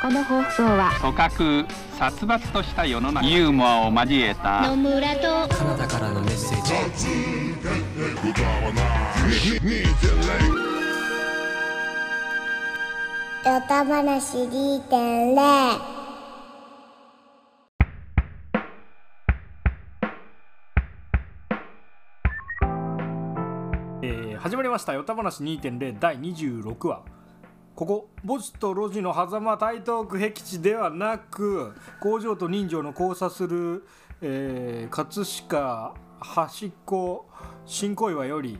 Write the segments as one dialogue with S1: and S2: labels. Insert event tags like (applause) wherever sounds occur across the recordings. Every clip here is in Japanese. S1: この放送は
S2: 組閣殺伐とした世の中ユーモアを交えた
S3: 野村と
S4: カナダからのメッセージ
S5: ヨタ話2.0
S6: えー始まりました「よた話2.0」第26話ここ墓地と路地の狭間台東区僻地ではなく工場と人情の交差する、えー葛飾端っこ新小岩より、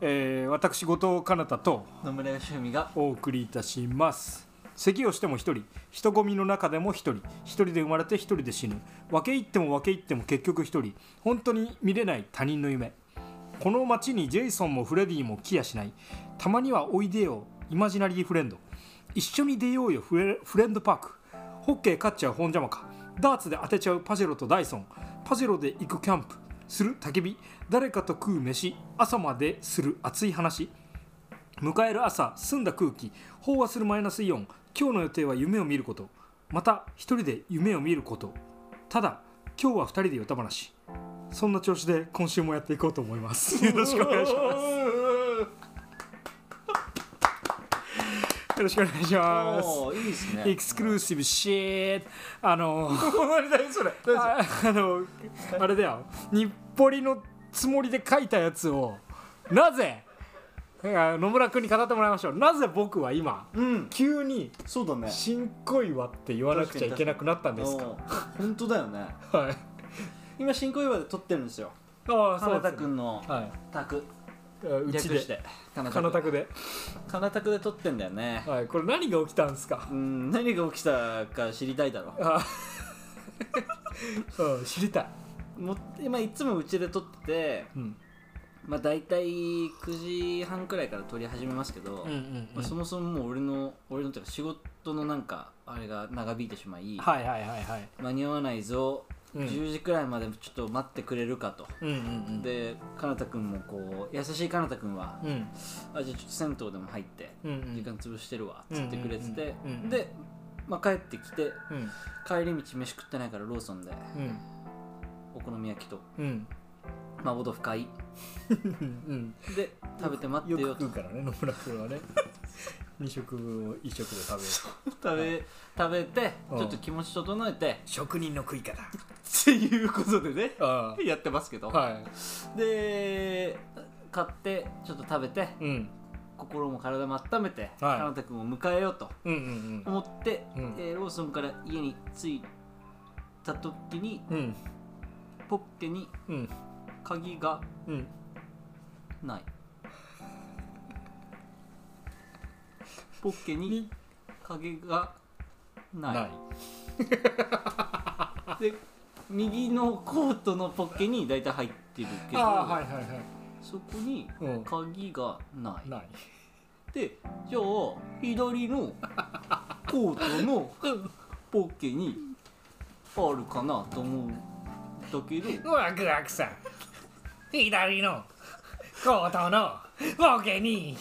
S6: えー私後藤かなたと
S4: 野村義文が
S6: お送りいたします咳をしても一人人混みの中でも一人一人で生まれて一人で死ぬ分け入っても分け入っても結局一人本当に見れない他人の夢この街にジェイソンもフレディも来やしないたまにはおいでよイマジナリーフレンド一緒に出ようよフレフレンドパークホッケー勝っちゃう本邪魔かダーツで当てちゃうパジェロとダイソンパジェロで行くキャンプする焚き火誰かと食う飯朝までする熱い話迎える朝澄んだ空気飽和するマイナスイオン今日の予定は夢を見ることまた一人で夢を見ることただ今日は二人でヨタ話そんな調子で今週もやっていこうと思います
S4: (laughs)
S6: よろしくお願いしますよろしくお願いします
S4: おーいいですね
S6: エクスクルーシブシーッあの
S4: (laughs) それ
S6: ああのあれだよ日暮里のつもりで書いたやつをなぜあ野村君に語ってもらいましょうなぜ僕は今
S4: うん
S6: 急に
S4: そうだ
S6: 「
S4: ね
S6: 新小岩」って言わなくちゃいけなくなったんですか
S4: おー本当だよね
S6: はい
S4: 今新小岩で撮ってるんですよ
S6: ああ
S4: カ
S6: そ
S4: ナ
S6: う
S4: タ
S6: です
S4: くんの
S6: は
S4: 宅
S6: いあう
S4: 略
S6: ち
S4: し
S6: で
S4: てカナ
S6: 金
S4: タ
S6: 田
S4: ク
S6: 区で、
S4: カナタクで撮ってんだよね
S6: はい、これ何が起きたんですか
S4: うん何が起きたか知りたいだろ
S6: あうん知りたい、
S4: もう今いつもうちで撮ってて
S6: うん
S4: まあ大体9時半くらいから撮り始めますけど、
S6: ん
S4: まあ、そもそももう俺の俺のっていうか仕事のなんかあれが長引いてしまい、
S6: はいはいはいはい
S4: 間に合わないぞ、
S6: うん
S4: 10時くらいまでちょっと待ってくれるかと、
S6: うんうん
S4: でかなたくんもこう優しいかなたくんは、
S6: うんうん
S4: あじゃあちょっと銭湯でも入って、
S6: うんうん
S4: 時間潰してるわっつってくれてて、
S6: うんうんうんうん
S4: で、まあ、帰ってきて
S6: うん
S4: 帰り道飯食ってないからローソンで
S6: うん
S4: お好み焼きと
S6: うん
S4: 麻婆豆腐買い
S6: うん
S4: で食べて待
S6: よ
S4: っ
S6: く
S4: てよ
S6: 食
S4: と
S6: うからね野村君はね (laughs) 二食分を一食で食べる
S4: 食べ食べて
S6: うん
S4: ちょっと気持ち整えて
S6: 職人の食い方
S4: っていうことでね
S6: あ
S4: やってますけど、
S6: あは
S4: で買ってちょっと食べて
S6: い、うん、
S4: 心も体も温めて、
S6: はい
S4: かなたくんを迎えようと
S6: うんうん
S4: 思って、
S6: うん
S4: えーローソンから家に着いた時に
S6: うんうん
S4: ポッケに
S6: うん
S4: 鍵が
S6: うん
S4: ないポッケに鍵がない
S6: ない
S4: で右のコートのポッケに大体入ってるけど、
S6: いはいは
S4: そこに
S6: うん
S4: 鍵がない、
S6: ない
S4: でじゃあ左のコート (laughs) のポッケにあるかなと思うんだけど
S6: ワクワクさん左のコートのボケに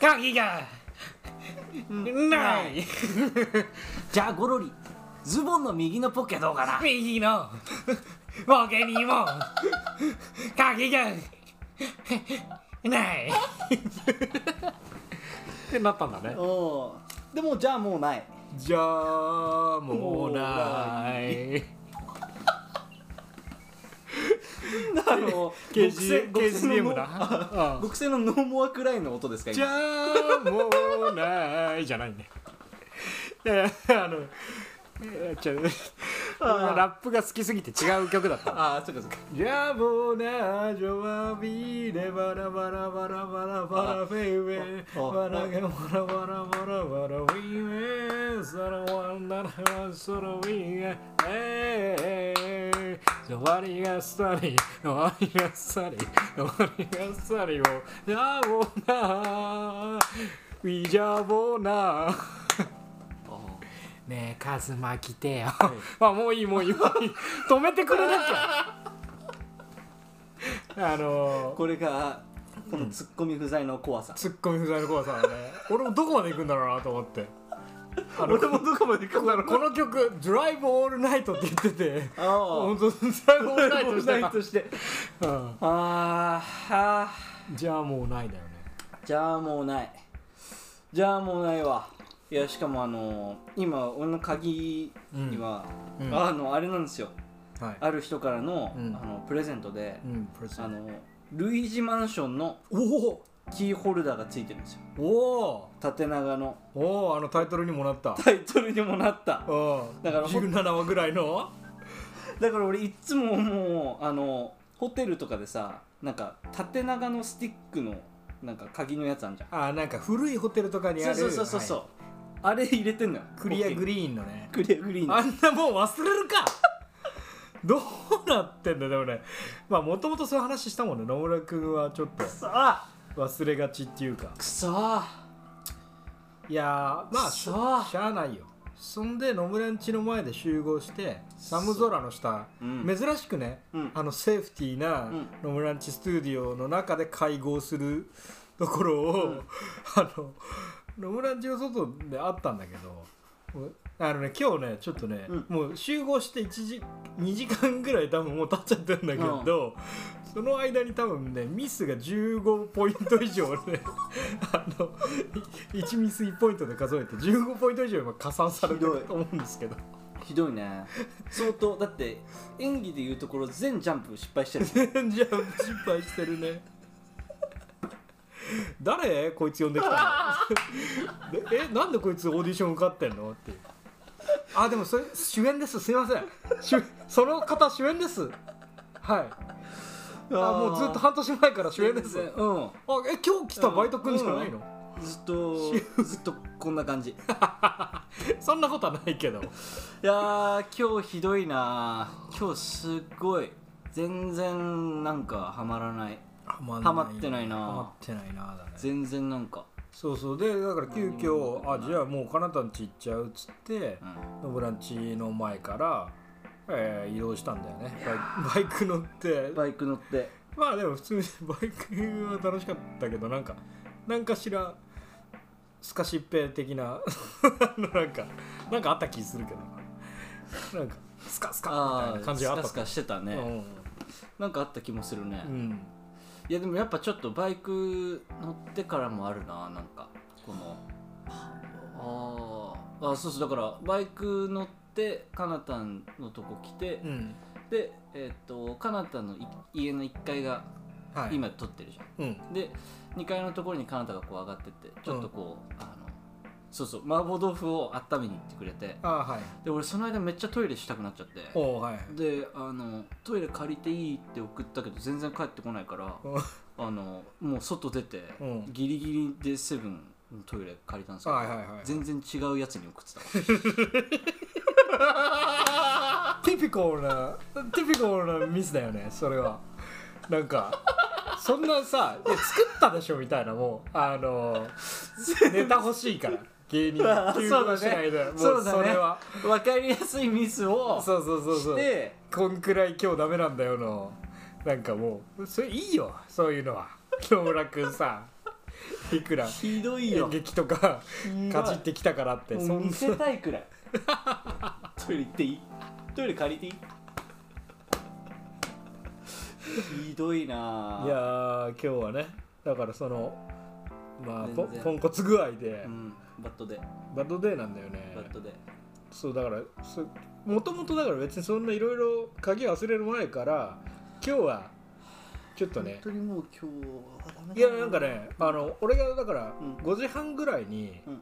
S6: 鍵がない
S4: じゃあゴロリズボンの右のポッケどうかな
S6: 右のボケにも鍵がないってなったんだね
S4: おでもじゃあもうない
S6: じゃあもう (laughs) ない
S4: あの
S6: KG-
S4: 極戦
S6: KGM
S4: のノー (laughs)
S6: だうん
S4: 極戦のノーモアくらいの音ですか
S6: じゃ
S4: 今
S6: あもうないじゃないね (laughs) いやいやあのいやちょ
S4: あー
S6: ラップが好きすぎて違う曲だった
S4: ああそっかそっか
S6: ジャボナジョワビーレバラバラバラバラバラフェイウェイ
S4: ああ
S6: バラゲバラバラバラバラウィーウェイサラワンダラワンソロウィーエージョワリがスタリジョワリがスタリジョワリがスタリをジャボナウィジャボナねえカズマ来てよ、 (laughs) あもういいもういいも (laughs) ういい止めてくれなき (laughs) ゃあのー、
S4: これがこのツッコミ不在の怖さ
S6: ツッコミ不在の怖さはね俺もどこまで行くんだろうなと思ってあの
S4: 俺もどこまで行くだろう
S6: この曲「ドライブ・オール・ナイト」って言ってて
S4: ああ
S6: 本当にドライブ・オール・ナイトし
S4: な
S6: た
S4: い
S6: か
S4: として
S6: ら、
S4: あーはあ
S6: うんじゃあもうないだよね
S4: じゃあもうないじゃあもうないわいやしかもあの今俺の鍵には、
S6: うんうん
S4: あのあれなんですよ
S6: はい
S4: ある人からの,、
S6: うん
S4: あのプレゼントで、
S6: うんプレゼ
S4: あ
S6: ン
S4: のルイージマンションのキーホルダーがついてるんですよ
S6: トお
S4: 縦長の
S6: ーおーあのタイトルにもなった
S4: タイトルにもなった
S6: うん
S4: だからほん
S6: 17話ぐらいの
S4: だから俺いっつももうあのホテルとかでさなんか縦長のスティックのなんか鍵のやつあんじゃん
S6: あーなんか古いホテルとかにある
S4: そうそうそうそう、
S6: は
S4: あれ入れてんのよ
S6: いクリアグ
S4: リ
S6: リーンの
S4: ー
S6: ね
S4: ンクリアグリーンの
S6: あんなもん忘れ
S4: (laughs)
S6: るかどうなってんだよでもねまあもともとそういう話したもんね野村君はちょっと
S4: さあ
S6: 忘れがちっていうか
S4: くそー
S6: いやーまあし
S4: そ
S6: ょ
S4: う
S6: しゃあないよそんで野村んちの前で集合して寒空の下、
S4: うん
S6: 珍しくね、
S4: うん
S6: あのセーフティーな
S4: うん
S6: 野村んちスタジオの中で会合するところを、
S4: うん
S6: (laughs) あの野村んちの外で会ったんだけどもうあのね今日ねちょっとね、
S4: うん
S6: もう集合して1時2時間ぐらい多分もう経っちゃってるんだけど、その間に多分ねミスが15ポイント以上ね (laughs) あの1ミス1ポイントで数えて15ポイント以上今加算されて
S4: ひど
S6: る
S4: い
S6: と思うんですけど
S4: ひどいね相当だって演技でいうところ全ジャンプ失敗してる
S6: (laughs) じゃあ失敗してるね (laughs) 誰こいつ呼んできたの (laughs) でえなんでこいつオーディション受かってんのっていうあでもそれ主演ですすいません主その方主演ですはいあもうずっと半年前から主演です
S4: 全然うん
S6: あえ今日来たバイト君じゃないの、
S4: ずっとずっとこんな感じい
S6: そんなことはないけど
S4: やー今日ひどいな今日すっごい全然なんかハマらない
S6: ハマ
S4: ハマってないな
S6: ハマってないなだね
S4: 全然なんか、
S6: そうそうでだから急遽あじゃあもうかなたんち行っちゃうっつって
S4: うん、
S6: のブランチの前から、えー移動したんだよねバイバイク乗って
S4: バイク乗って
S6: まあでも普通に (laughs) バイクは楽しかったけどなんかなんかしらスカシッペ的な (laughs) あのなんかなんかあった気するけどなんかスカスカみたいな感じがあった
S4: スカスカしてたね、
S6: うん
S4: なんかあった気もするね、
S6: うん
S4: いやでもやっぱちょっとバイク乗ってからもあるななんかこのあーあそうそうだからバイク乗ってかなたんのとこ来て、
S6: うん
S4: でえっとかなたのい家の1階が
S6: はい
S4: 今撮ってるじゃん、
S6: うん
S4: で2階のところにかなたがこう上がってってちょっとこう、あのそうそう麻婆豆腐を温めに行ってくれて
S6: あはい
S4: で俺その間めっちゃトイレしたくなっちゃって
S6: おうはい
S4: であのトイレ借りていいって送ったけど全然帰ってこないから
S6: うんは
S4: あのもう外出て、
S6: うん
S4: ギリギリでセブンのトイレ借りたんですけど、
S6: いはいはい
S4: 全然違うやつに送ってたわ
S6: ティピコーなティピコーなミスだよねそれはなんかそんなさいや作ったでしょみたいなもうあのネタ欲しいから芸人
S4: あ
S6: 急
S4: そうだ
S6: 合
S4: ね
S6: しないでもう
S4: そうだね
S6: (laughs) それは
S4: わかりやすいミスをし
S6: そうそうそうそう
S4: て
S6: こんくらい今日ダメなんだよのなんかもうそれいいよそういうのは野村くんさいくら
S4: ひどい
S6: 演
S4: よ
S6: 劇とか
S4: ひどい
S6: かじってきたからって
S4: も
S6: そ
S4: うん見
S6: な
S4: せたいくらいトイレ行っていいトイレ借りていいひどいなあ
S6: いやー今日はねだからそのまあポ
S4: 全然
S6: ポンコツ具合で、
S4: うんバットで
S6: バッドデーなんだよね
S4: バットで
S6: そうだからもともとだから別にそんないろいろ鍵忘れる前から今日はちょっとね
S4: 本当にもう今日はダメだ
S6: いやなんかねあの俺がだから
S4: うん
S6: 5時半ぐらいに、
S4: うん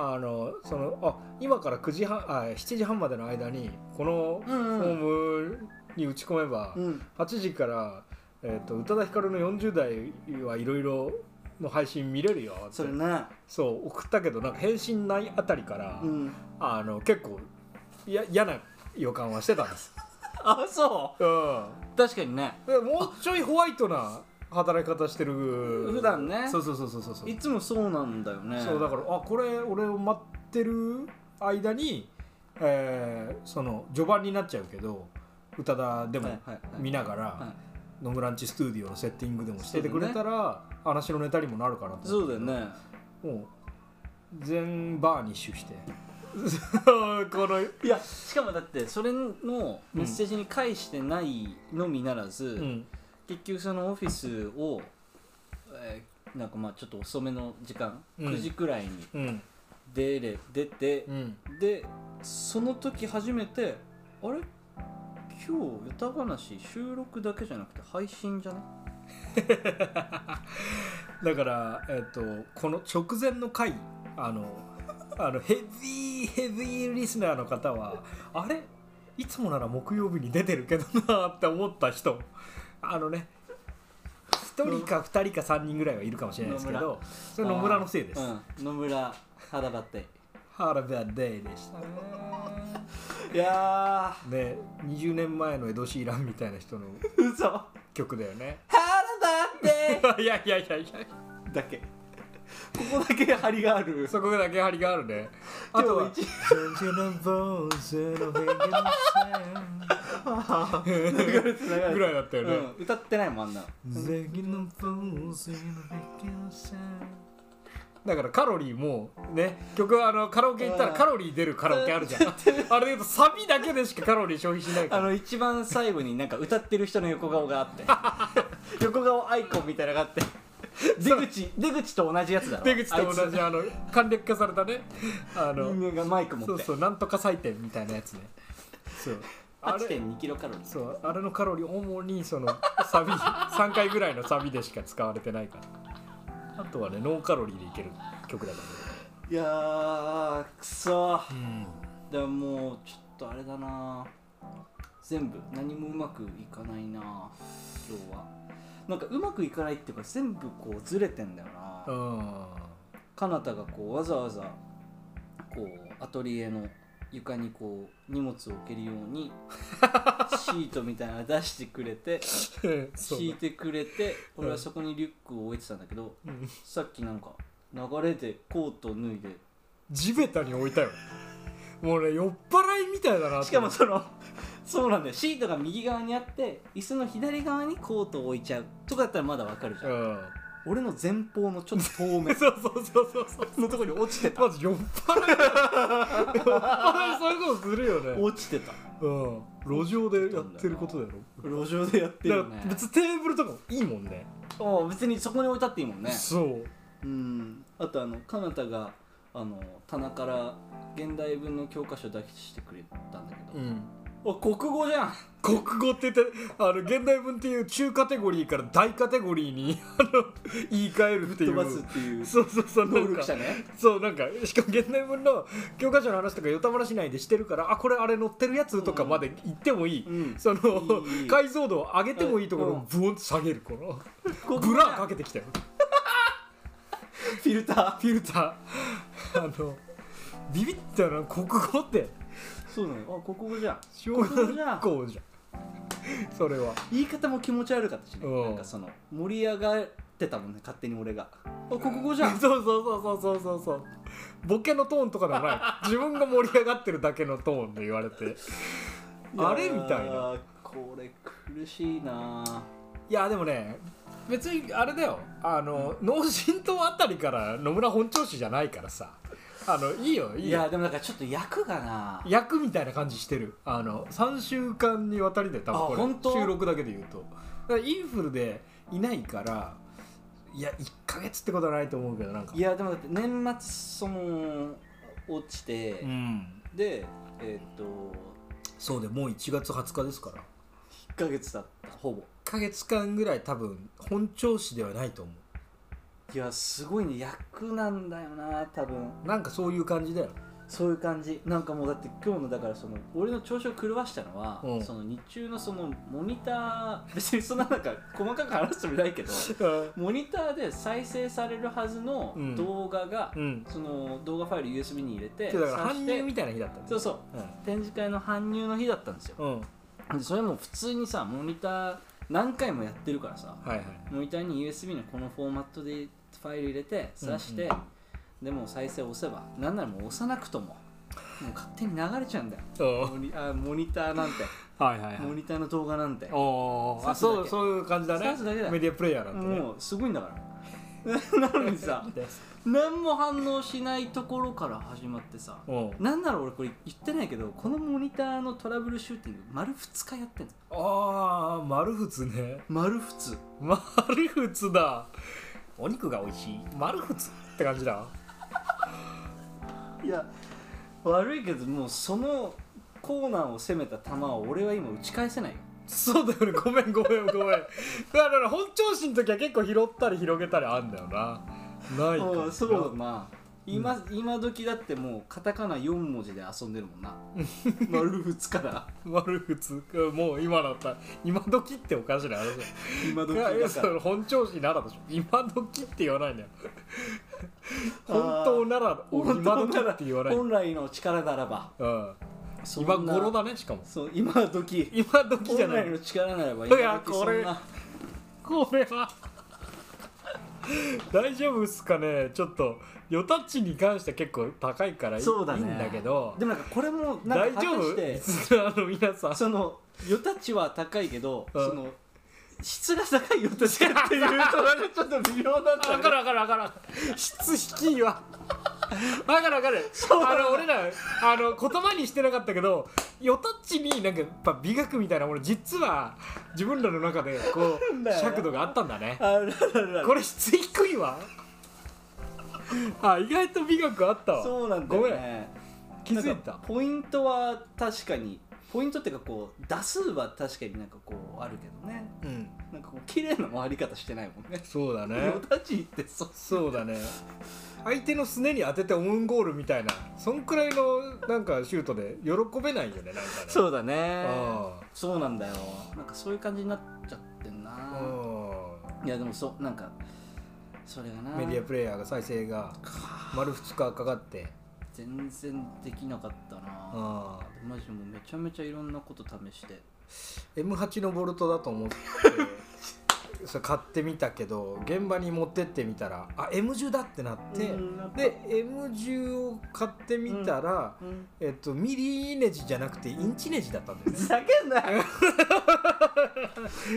S6: あのそのあ今から9時半あ7時半までの間にこのフ
S4: うんうん
S6: ォームに打ち込めば、
S4: うん
S6: 8時から、えー、と宇多田ヒカルの40代はいろいろの配信見れるよって
S4: それね
S6: そう送ったけどなんか返信ないあたりから、
S4: うん
S6: あの結構いや嫌な予感はしてたんです、
S4: あそ
S6: うん、
S4: う確かにね
S6: でもうちょいホワイトな働き方してる普
S4: 普段ね
S6: そうそうそうそうそうそう
S4: いつもそうなんだよね
S6: そうだからあこれ俺を待ってる間に、えーその序盤になっちゃうけど宇多田で
S4: はい
S6: も
S4: はいはい
S6: 見ながら、
S4: は
S6: のブランチスタジオのセッティングでもしててくれたら、話のネタにもなるかなと
S4: そ
S6: 思
S4: うだよね
S6: もう全バーニッシュして (laughs) この
S4: いやしかもだってそれのメッセージに返してないのみならず、
S6: うん
S4: 結局そのオフィスを、えーなんかまあちょっと遅めの時間、
S6: うん
S4: 9時くらいに
S6: うん
S4: 出れ出て
S6: う、ん
S4: でその時初めてあれ今日歌話収録だけじゃなくて配信じゃね
S6: だから、えっとこの直前の回あのあのヘビーヘビーリスナーの方はあれいつもなら木曜日に出てるけどなって思った人あのね1人か2人か3人ぐらいはいるかもしれないですけ
S4: 野
S6: どそれ野村のせいです。
S4: うん、野村肌ばって
S6: ハラベアデイでしたね。
S4: いや
S6: ね20年前のエド・シーランみたいな人の
S4: ー嘘肌ば
S6: 曲だよ
S4: (laughs)
S6: ね。
S4: って
S6: いやいやいやいや
S4: だけここだけ張りがある
S6: そこだけ張りがあるね。あとは
S4: 今日一流れて流れて
S6: ぐらいだったよ
S4: う
S6: ね。
S4: ん、歌ってないもんあんなの
S6: だからカロリーもね曲はあのカラオケ行ったら
S4: うん
S6: カロリー出るカラオケあるじゃんあれでいうとサビだけでしかカロリー消費しないか
S4: あ
S6: ら
S4: の一番最後になんか歌ってる人の横顔があって (laughs) 横顔アイコンみたいなのがあって出口出口と同じやつだろ
S6: 出口と
S4: あ
S6: 同
S4: い
S6: じあの簡略化されたねあ
S4: つ
S6: の
S4: 人間がマイク持
S6: そ
S4: っ
S6: う
S4: て
S6: そうなんとか採点みたいなやつねそうあれ
S4: 8.2キロカロリー
S6: そうあれのカロリー主にその (laughs) サビ3回ぐらいのサビでしか使われてないからあとはねノーカロリーでいける曲だか
S4: いやーくそー
S6: らね
S4: でももうちょっとあれだな全部何もうまくいかないな今日はなんかうまくいかないっていうか全部こうずれてんだよな、
S6: うん
S4: かなたがこうわざわざこうアトリエの床にこう荷物を置けるよう
S6: (laughs)
S4: にシートみたいなの出してくれて
S6: そう
S4: 敷い
S6: だ
S4: てくれて
S6: うん
S4: 俺はそこにリュックを置いてたんだけど、
S6: うん
S4: さっきなんか流れでコートを脱いで
S6: 地べたに置いたよもうね酔っ払いみたいだな
S4: しかも
S6: と
S4: そのそうなんだよシートが右側にあって椅子の左側にコートを置いちゃうとかだったらまだわかるじゃん、
S6: 思
S4: (laughs)
S6: っ
S4: 俺の前方のちょっと遠
S6: (laughs) てう
S4: 目
S6: んそうそうそうそうそう
S4: のとこに落ちてた
S6: まず酔っ払い酔っ払いそういうことするよね、
S4: 落ちてた
S6: うん、路上でやってることだよ
S4: 路上でやってる
S6: だ
S4: よ
S6: か
S4: ね
S6: ら別にテーブルとかもいいもんね
S4: ああ別にそこに置いたっていいもんね
S6: そう
S4: うんあとあのかなたがあの棚から現代文の教科書出してくれたんだけど、
S6: ん
S4: あ国語じゃん
S6: 国語って言ってあの現代文っていう中カテゴリーから大カテゴリーに (laughs) あの言い換えるってい
S4: 飛
S6: う
S4: ばすっていう
S6: そうそうそうな
S4: 能
S6: ん
S4: 力
S6: か
S4: 者ね
S6: そうなんかしかも現代文の教科書の話とかヨタ話内でしてるからあこれあれ載ってるやつとかまで言ってもいい、
S4: うん
S6: その
S4: いいいい
S6: 解像度を上げてもいいところをブオンと下げるこの
S4: 国語
S6: ブ
S4: じ
S6: ラ
S4: ゃん
S6: ーかけてきたよ
S4: フィルター
S6: フィルターあのビビったよな国語って
S4: そうなのよあ国語じゃん
S6: 小
S4: 国語じゃ
S6: 学
S4: ん
S6: 校じゃんそれは
S4: 言い方も気持ち悪かったしね
S6: うん
S4: なんかその盛り上がってたもんね勝手に俺があ国語じゃん
S6: (laughs) そうそうそうそうそうそうボケのトーンとかでもない自分が盛り上がってるだけのトーンで言われてあれみたいな
S4: やーこれ苦しいない
S6: やでもね別にあれだよあの脳震盪あたりから野村本調子じゃないからさあのいいよい
S4: い
S6: い
S4: や
S6: よ
S4: でもなんかちょっと役がな
S6: 役みたいな感じしてるあの3週間にわたりで多
S4: あ
S6: 分
S4: 本
S6: こ
S4: 当
S6: れ収録だけで言うとだからインフルでいないからいや1ヶ月ってことはないと思うけどなんか
S4: いやでもだって年末その落ちて、
S6: うん
S4: でえっと
S6: そうでもう1月20日ですから
S4: 1ヶ月だったほぼ
S6: 1ヶ月間ぐらい多分本調子ではないと思
S4: いやすごいね役なんだよな多分
S6: うなんかそういう感じだよ
S4: そういう感じなんかもうだって今日のだからその俺の調子を狂わしたのは、
S6: うん
S4: その日中のそのモニター別にそんななんか細かく話してもない
S6: (laughs)
S4: けどモニターで再生されるはずの
S6: うん
S4: 動画が、
S6: うん
S4: その動画ファイル USB に入れて
S6: だから
S4: 挿し
S6: 搬
S4: て
S6: 入みたいな日だったんだ
S4: そうそう展示会の搬入の日だったんですよ
S6: うん、うん、
S4: でそれも普通にさモニター何回もやってるからさ
S6: はいはい
S4: モニターに USB のこのフォーマットでファイル入れて挿して、
S6: うんう
S4: でもう再生押せばなんならもう押さなくとももう勝手に流れちゃうんだよ
S6: お
S4: (laughs) モニあモニターなんて
S6: はいはい
S4: (laughs)
S6: はい
S4: モニターの動画なんて
S6: おーあそうそういう感じだ
S4: 刺すだけ
S6: ね
S4: だ
S6: メディアプレイヤーなんてね
S4: もうすごいんだから (laughs) なのにさ何も反応しないところから始まってさ
S6: うん
S4: なんなら俺これ言ってないけどこのモニターのトラブルシューティング丸2日やってんの
S6: ああ丸仏ね
S4: 丸2日
S6: 丸仏だお肉が美味しい丸仏って感じだ
S4: いや悪いけどもうそのコーナーを攻めた球を俺は今打ち返せないよ
S6: そうだよねごめんごめんごめんだから本調子の時は結構拾ったり広げたりあんだよなないか
S4: うんそうだな今,、今時だってもうカタカナ4文字で遊んでるもんな (laughs) 丸2日だ
S6: 丸仏もう今だった今時っておかしな
S4: (laughs)
S6: 話だよ
S4: 今時
S6: いやい
S4: だ
S6: や
S4: か
S6: そ
S4: ら
S6: れ本調子ならでしょ今時って言わないんだ
S4: (laughs)
S6: よ
S4: あー
S6: 本当ならお
S4: 本
S6: 今
S4: 当な
S6: 時
S4: ら
S6: って言わない、うん、
S4: 本来の力ならばそんな
S6: 今頃だねしかも
S4: そう今時
S6: 今時じゃ
S4: 本
S6: ない
S4: 来の力ならば
S6: いや
S4: 今時そんな
S6: これは (laughs) 大丈夫っすかねちょっと与タッチに関しては結構高いからいい,、
S4: そうだね
S6: いいんだけど
S4: でもなんかこれもなん
S6: 大
S4: か果
S6: 丈
S4: たし
S6: 夫
S4: て
S6: リス (laughs) ナーの皆さ
S4: (laughs)
S6: ん
S4: その与たちは高いけど、
S6: うん
S4: その質が高い与たちかっていうと (laughs) なんかちょっと微妙だった
S6: 分かる分かる分かる質低
S4: (laughs)
S6: いわ分かる分かるあの俺らあの言葉にしてなかったけどよタッチになんかやっぱ美学みたいなもの実は自分らの中でこ
S4: ん
S6: う
S4: だよ
S6: 尺度があったんだね
S4: あららら
S6: これ質低いわあ意外と美学あったわ
S4: そうなんだよ
S6: ごめん
S4: ね
S6: 気づい
S4: なんか
S6: た
S4: ポイントは確かにポイントっていうかこう打数は確かになんかこうあるけどね
S6: うん
S4: なんかこう綺麗な回り方してないもん (laughs) ね
S6: そうだね
S4: 与たちってそう
S6: そうだね相手のすねに当ててオウンゴールみたいなそんくらいのなんかシュートで喜べないよねなんかねう
S4: そうだね
S6: あ
S4: そうなんだよなんかそういう感じになっちゃってん
S6: あ
S4: な
S6: うん
S4: いやでもそうなんかそれがな
S6: メディアプレイヤーが再生が丸2日かかって
S4: 全然できなかったな
S6: あ
S4: マジもうめちゃめちゃいろんなこと試して
S6: M8 のボルトだと思 (laughs) ってそれ買ってみたけど現場に持ってってみたらあ M10 だってなって
S4: うんなった
S6: で M10 を買ってみたら、
S4: うん
S6: えっと、ミリネジじゃなくてインチネジだったんだよね
S4: ふざけんなよ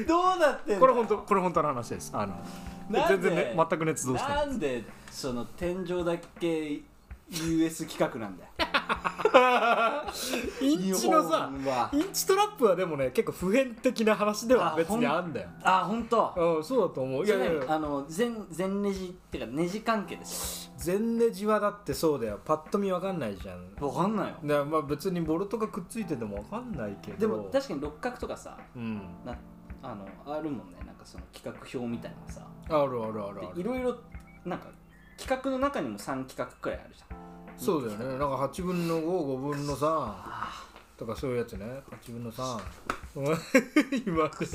S4: どうなってんだよ
S6: (laughs) これ本当これ本当の話ですあの
S4: なん
S6: 全
S4: で
S6: 然、ね、全く熱動してない
S4: なんでその天井だけ US 企画なんだよ
S6: インチのさ
S4: 日本は
S6: インチトラップはでもね結構普遍的な話では
S4: あ
S6: 別に
S4: ほん
S6: あんだよ
S4: あ本当
S6: あそうだと思ういやいやいや
S4: あの全全ネジってかネジ関係です
S6: 全ネジはだってそうだよパッと見わかんないじゃん
S4: よわかんないよ
S6: だからまあ別にボルトがくっついててもわかんないけど
S4: でも確かに六角とかさ
S6: うん
S4: なあのあるもんねなんかその企画表みたいなのさ
S6: あるあるあるあ
S4: でい
S6: る
S4: ろいろなんか企画の中にも3企画くらいあるじゃん
S6: そうだよねなんか8分の55分の3とかそういうやつね8分の3 (laughs) 今これ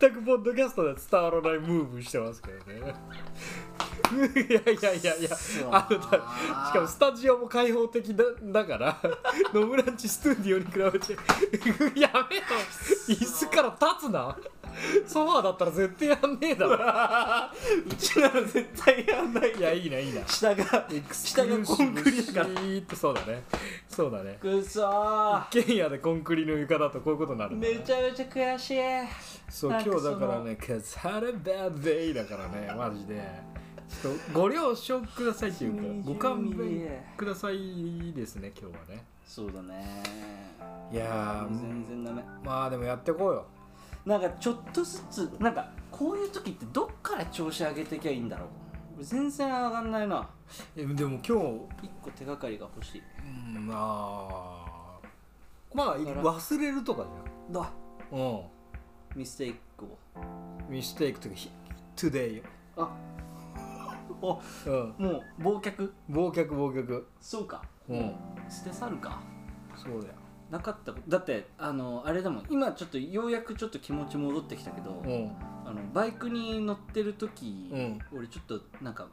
S6: 全くポッドキャストでは伝わらないムーブしてますけどね (laughs) いやいやいやいや
S4: そう
S6: あのだしかもスタジオも開放的だだから
S4: (laughs)
S6: ノブランチスタジオに比べて (laughs) やめろ椅子から立つなソファーだったら絶対やんねえだろ
S4: (laughs) うちなら絶対やんない
S6: いやいいないいな
S4: 下が下がコンクリだから
S6: シーッとそうだねそうだね
S4: くそー
S6: 一軒家でコンクリの床だとこういうことになるんだね
S4: めちゃめちゃ悔しい
S6: そう
S4: なんか
S6: 今日だから
S4: その
S6: ね「Cause had a bad day」だからねマジでちょっとご了承くださいっていう
S4: しみじ
S6: か
S4: み
S6: ご勘弁くださいですね今日はね
S4: そうだね
S6: いやー
S4: 全然ダメ
S6: まあでもやってこうよ
S4: なんかちょっとずつなんかこういう時ってどっから調子上げてきゃいいんだろう俺全然上がんないな
S6: えでも今日
S4: 一個手がかりが欲しい
S6: うんまあまあ
S4: だから
S6: 忘れるとかじ
S4: だ
S6: ゃんう
S4: ミステイクを
S6: んミステイクとかひ today よ
S4: あ (laughs) お
S6: うん
S4: もう忘却
S6: 忘却忘却
S4: そうか
S6: うん
S4: 捨て去るか
S6: そうだよ
S4: なかったことだってあのあれだもん今ちょっとようやくちょっと気持ち戻ってきたけど、
S6: うん
S4: あのバイクに乗ってる時、
S6: うん
S4: 俺ちょっとなんか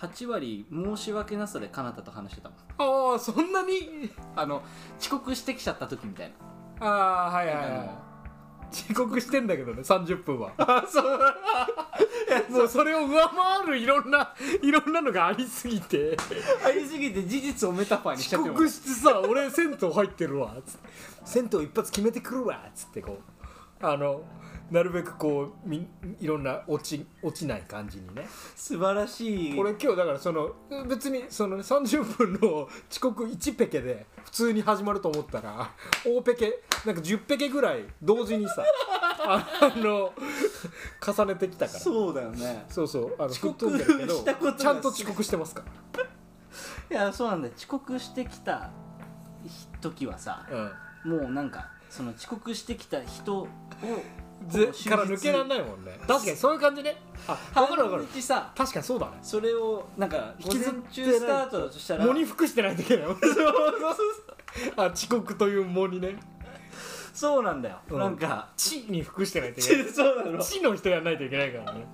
S4: 8割申し訳なさでかなたと話してたもん
S6: ああそんなに
S4: あの遅刻してきちゃった時みたいな
S6: ああはいはいはい遅刻してんだけどね30分 (laughs) はそうもうそれを上回るいろんないろんなのがありすぎて
S4: (laughs) ありすぎて事実をメタファーにしちゃ
S6: 遅
S4: ってる
S6: 刻してさ俺銭湯入ってるわつって銭湯一発決めてくるわつってこうあのなるべくこうみいろんな落ち落ちない感じにね
S4: 素晴らしい
S6: 俺今日だからその別にその30分の遅刻1ペケで普通に始まると思ったら大ペケなんか10ペケぐらい同時にさあの重ねてきたからそう
S4: そうだよね
S6: そうあの
S4: 遅刻
S6: 吹っ飛んでる
S4: したことが
S6: ちゃんと遅刻してますか
S4: いやそうなんだよ遅刻してきた時はさ
S6: ら、
S4: もうなんかその遅刻してきた人を
S6: うん、ぜから抜けられ
S4: い
S6: ないもんね確かにそういう感じねあ分かる分かる
S4: さ
S6: 確かにそうだね
S4: それをなんか
S6: 引
S4: 午
S6: きず
S4: 前
S6: って
S4: 中スタートだとしたら
S6: 喪に服してないといけないもんねあ遅刻という喪にね
S4: そうなんだよ、
S6: うん
S4: なんか
S6: 地に服してないといけない
S4: そうなの
S6: 地の人やらないといけないからね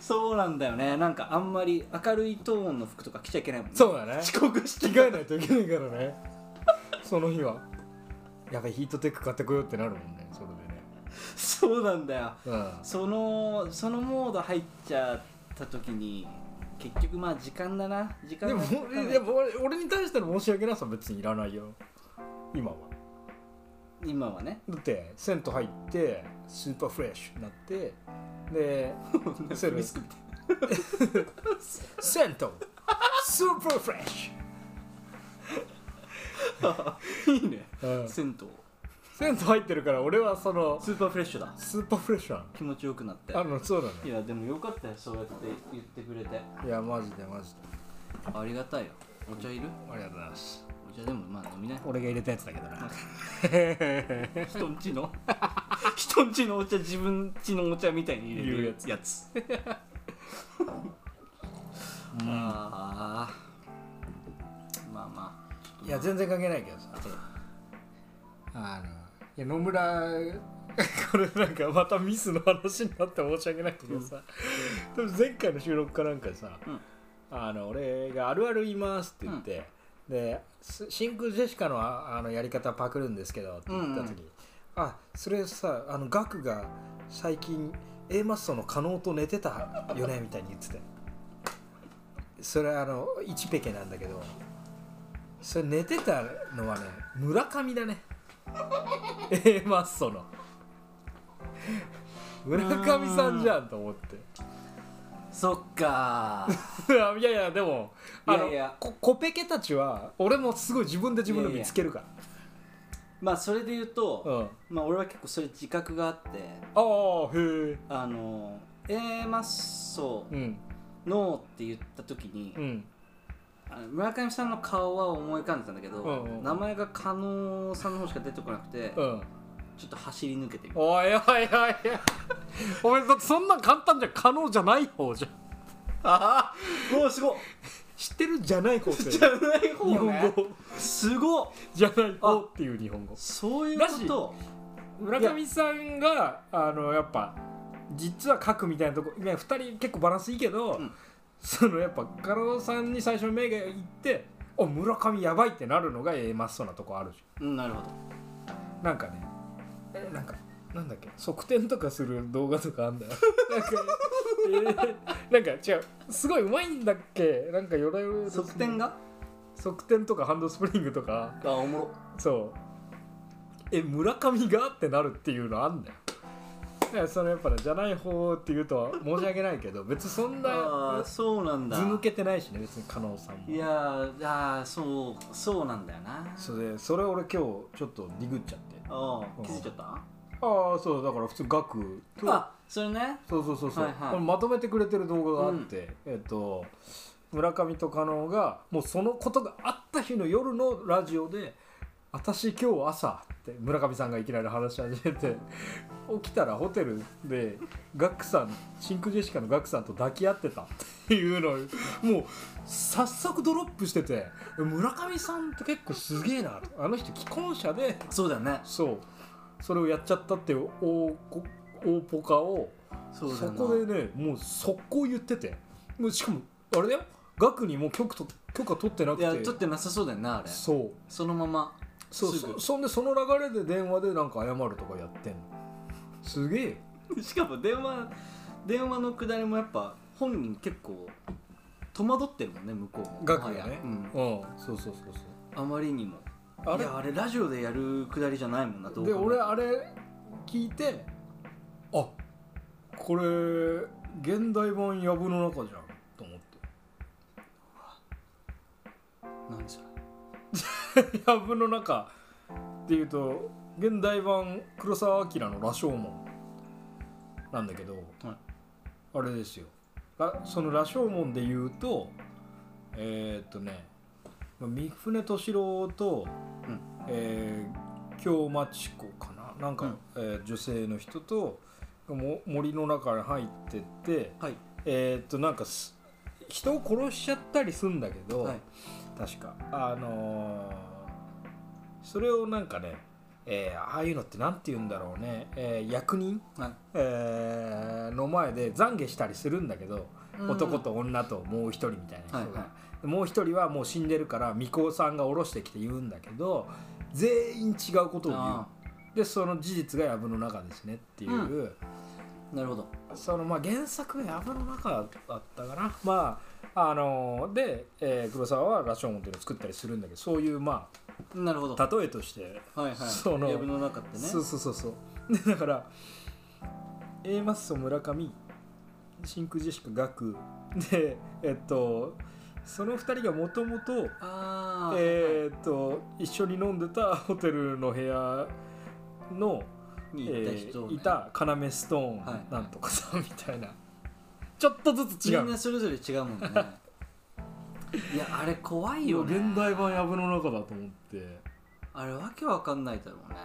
S4: そうなんだよねなんかあんまり明るいトーンの服とか着ちゃいけないもんね
S6: そうだね
S4: 遅刻して
S6: 着替えないといけないからね (laughs) その日はやべヒートテック買ってこようってなるもんねそれ
S4: (laughs) そうなんだよ
S6: でね
S4: そのそのモード入っちゃった時に結局まあ時間だな時間
S6: で
S4: が
S6: も
S4: かかんない
S6: 俺でも俺俺に対しての申し訳なさは別にいらないよ今は
S4: 今はね
S6: だって銭湯入ってスーパーフレッシュになって (laughs) でそれ
S4: リスクみたい
S6: 銭湯スーパーフレッシ
S4: (laughs) ないいね
S6: ュ、
S4: 銭湯
S6: 銭湯入ってるから俺はその
S4: スーパーフレッシュだ
S6: スーパーフレッシュなの
S4: 気持ちよくなって
S6: あのそうだ
S4: いやでもよかったよそうやって言ってくれて
S6: ねいやマジでマジで
S4: ありがたいよお茶いる
S6: ありがとうございます
S4: お茶でもまあ飲みない
S6: 俺が入れたやつだけどな
S4: (laughs) 人んちの (laughs) 人んちのお茶自分んちのお茶みたいに入れるやつや (laughs) つああまあま
S6: いや全然関係ないけどさあのいや野村 (laughs) これなんかまたミスの話になって申し訳ないけどさ、多分前回の収録かなんかでさ、
S4: うん
S6: あの俺が「あるある言います」って言って、です真空ジェシカのああのやり方パクるんですけどって言った時に、あそれさあのガクが最近 A マッソの加納と寝てたよねみたいに言っててそれあの1ペケなんだけどそれ寝てたのはね村上だね A マッソの村上さんじゃんと思って
S4: あそっか
S6: いやいやでもあの
S4: いやいや
S6: こコペケたちは俺もすごい自分で自分の見つけるから
S4: (laughs) まあそれで言うと、
S6: うん
S4: まあ俺は結構それ自覚があって
S6: ああへえ
S4: あの A マッソ
S6: うん
S4: ノーって言った時に、
S6: うん
S4: あの村上さんの顔は思い浮かんでたんだけど、
S6: うんうん
S4: 名前が加納さんの方しか出てこなくて、
S6: うん
S4: ちょっと走り抜けてみた
S6: おいおいおいおいお前だってそんなん簡単じゃ可能じゃない方じゃんああ
S4: おおすごい
S6: 知ってる (laughs) じゃない方って
S4: じゃない方
S6: 日本
S4: ね
S6: 語
S4: すごっ
S6: じゃない方っていう日本語
S4: そういうこ
S6: らしい
S4: と
S6: 村上さんがあのやっぱ実は書くみたいなとこ、ね、2人結構バランスいいけど、
S4: うん
S6: そのやっぱ加納さんに最初目がいって「お村上やばい」ってなるのがええまっそうなとこあるし
S4: うんなるほど
S6: なんかねえなんかなんだっけ側転とかする動画とかあんだよ (laughs) なんか、えーなんか違うすごいうまいんだっけなんかよろよろ
S4: 側転が
S6: 側転とかハンドスプリングとか
S4: あおもろ
S6: そうえ村上がってなるっていうのあんだよだからそのやっぱねじゃない方っていうとは申し訳ないけど (laughs) 別にそん
S4: あ
S6: な
S4: あそうなんだ
S6: 図抜けてないしね別に加納さん
S4: い
S6: も
S4: やーあーそうそうなんだよな
S6: それでそれ俺今日ちょっとディグっちゃって
S4: ああ気づいちゃった
S6: ああそうだから普通額と
S4: あそれね
S6: そうそうそうそう、
S4: はいはい
S6: これまとめてくれてる動画があって、えっと村上と加納がもうそのことがあった日の夜のラジオで「私今日朝」って村上さんがいきなり話し始めて起きたらホテルでガックさんシンクジェシカのガックさんと抱き合ってたっていうのをもう早速ドロップしてて村上さんって結構すげえなとあの人既婚者で。
S4: そうだよね
S6: そうそれをやっちゃったっていう大こ大ポカを
S4: そ
S6: そう
S4: だよな
S6: こでねもう速攻言っててもうしかもあれだよ額にもう許可と許可取ってなく
S4: い
S6: て
S4: や撮ってなさそうだよなあれ
S6: そう
S4: そのまま
S6: そう
S4: すぐ
S6: そそんでその流れで電話でなんか謝るとかやってんのすげえ
S4: (laughs)
S6: よ
S4: しかも電話電話のくだりもやっぱ本人結構戸惑ってるもんね向こうも
S6: 額が
S4: もはや
S6: ね
S4: うん
S6: うんそうそうそうそう
S4: あまりにも
S6: あ
S4: あ
S6: れ
S4: れいやあれラジオでやるくだりじゃないもんなどう考
S6: で
S4: えても
S6: 俺あれ聞いてあこれ現代版「やぶの中」じゃんと思って
S4: 何それ
S6: 「やぶの中」っていうと現代版黒澤明の「羅生門」なんだけど、
S4: はい
S6: あれですよらその「羅生門」で言うとえーっとねまあ三船敏郎と、
S4: うん
S6: えー京町子かななんか、
S4: うん
S6: えー女性の人とも森の中に入ってって
S4: はい
S6: えーっとなんかす人を殺しちゃったりするんだけど、
S4: はい
S6: 確かあのーそれをなんかね、えーああいうのってなんて言うんだろうね、えー役人、
S4: はい
S6: えーの前で懺悔したりするんだけど、男と女ともう一人みたいな人が、
S4: はいは
S6: もう一人はもう死んでるから巫女さんが下ろしてきて言うんだけど全員違うことを言
S4: あ
S6: うでその事実が藪の中ですねっていう、
S4: うーなるほど
S6: そのまあ原作が藪の中だったかなまああので、えー黒沢は羅生門っていうのを作ったりするんだけどそういうま
S4: なるほど
S6: あ例えとして
S4: はいはい
S6: その
S4: やぶの中ってね
S6: そうそうそうそう (laughs) でだから A マッソ村上真空ジェシカガクでえっとその2人がもともと
S4: ああ
S6: えーっと一緒に飲んでたホテルの部屋の、
S4: にいた
S6: え
S4: 人をね
S6: ーいた要ストーン、
S4: はい
S6: なんとかさんみたいなちょっとずつ違
S4: み
S6: うん
S4: なそれぞれ違う
S6: (laughs)
S4: もんねいやあれ怖いよね
S6: 現代版藪の中だと思ってい
S4: あれわけわかんないだろうね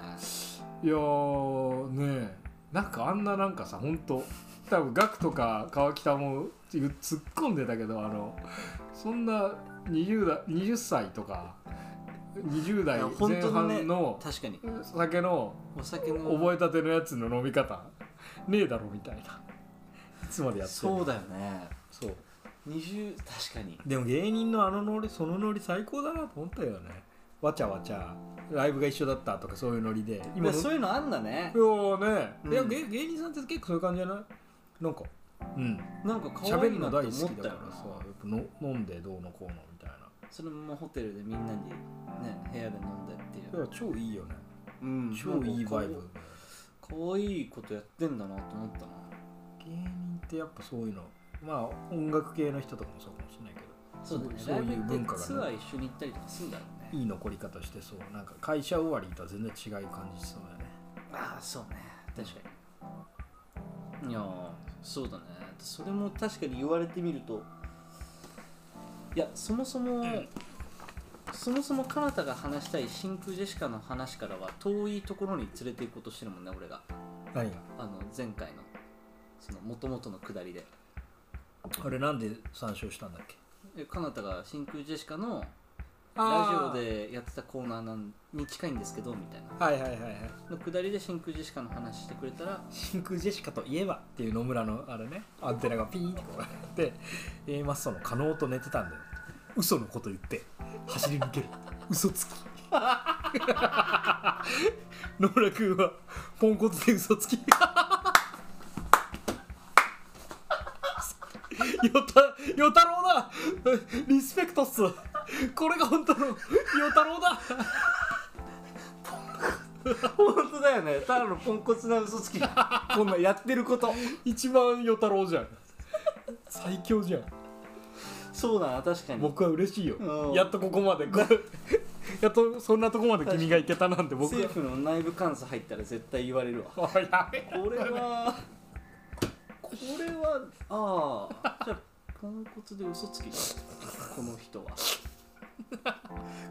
S6: やーねえなんかあんななんかさほんと多分ガクとか川北も突っ込んでたけどあのそんな 20, 代20歳とか20代
S4: いや本
S6: 前
S4: 当のね
S6: 半の
S4: 確かに
S6: 酒の
S4: お酒の
S6: 覚えたてのやつの飲み方ねえだろみたいないつまでやってんの
S4: そうだよね
S6: そう
S4: 20確かに
S6: でも芸人のあのノリそのノリ最高だなと思ったよねわちゃわちゃライブが一緒だったとかそういうノリで
S4: 今
S6: の
S4: そういうのあんだね
S6: いやね、
S4: うん
S6: いや芸芸人さんって結構そういう感じじゃないなんかうん
S4: なんか可愛
S6: 喋
S4: い
S6: る
S4: な
S6: の
S4: って思
S6: 大好
S4: っ
S6: き
S4: た
S6: だ
S4: よ
S6: から
S4: な
S6: さやっぱの飲んでどうのこうのみたいな
S4: それもホテルでみんなにね部屋で飲んでっていう
S6: いや超いいよね
S4: うん
S6: 超いいバイ
S4: なん
S6: ブ
S4: かかわいいことやってんだなと思ったな
S6: 芸人ってやっぱそういうのまあ音楽系の人とかもそうかもしれないけど
S4: そうだね
S6: そう
S4: ライ
S6: いう
S4: ブ
S6: 文
S4: で
S6: 化がね
S4: ツアー一緒に行ったりとかするんだろうね
S6: いい残り方してそうなんか会社終わりとは全然違う感じしそうだよね
S4: ああそうね確かにいやーそうだねそれも確かに言われてみるといやそもそも、そもそも彼方が話したい真空ジェシカの話からは遠いところに連れて行こうとしてるもんね俺が
S6: 何が
S4: あの前回のその元々の下りで
S6: あれなんで参照したんだっけ
S4: え彼方が真空ジェシカのラジオでやってたコーナーなんに近いんですけどみたいな
S6: はいはいはいはい
S4: の下りで真空ジェシカの話してくれたら
S6: 真空ジェシカといえばっていう野村のあれねアンテナがピーンってこうやって A マッソの加納と寝てたんだよ嘘のこと言って走り抜ける嘘つき (laughs) 野村君はポンコツで嘘つき (laughs) よたよたろうだリスペクトっすこれが本当のよたろうだ
S4: (laughs) 本当だよねただのポンコツな嘘つき (laughs) こんなんやってること
S6: 一番与太郎じゃん最強じゃん
S4: (laughs) そうだな確かに
S6: 僕は嬉しいよ
S4: うん
S6: やっとここまでこう (laughs) やっとそんなとこまで君がいけたなんて僕は
S4: 政府の内部監査入ったら絶対言われるわ
S6: あやべ
S4: これはこれはああじゃあポンコツで嘘つきだこの人は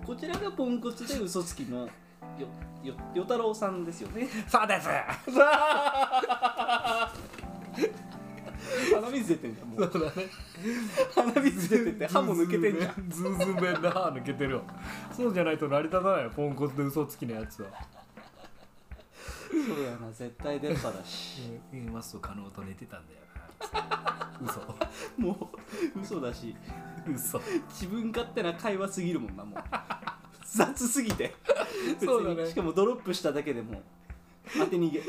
S4: こちらがポンコツで嘘つきのよよ与太郎さんですよね
S6: そうです
S4: 鼻水出てんじゃんもう
S6: そうだね
S4: 鼻水出てて歯も抜けてんじゃん
S6: ズーズー弁で歯抜けてるわそうじゃないと成り立たないよポンコツで嘘つきのやつは
S4: そうだよな絶対出っ歯だし
S6: えマスと可能と寝てたんだよ
S4: もう嘘だし
S6: 嘘嘘
S4: 自分勝手な会話すぎるもんなもう雑すぎて別に
S6: そうだね
S4: しかもドロップしただけでもう当て逃げ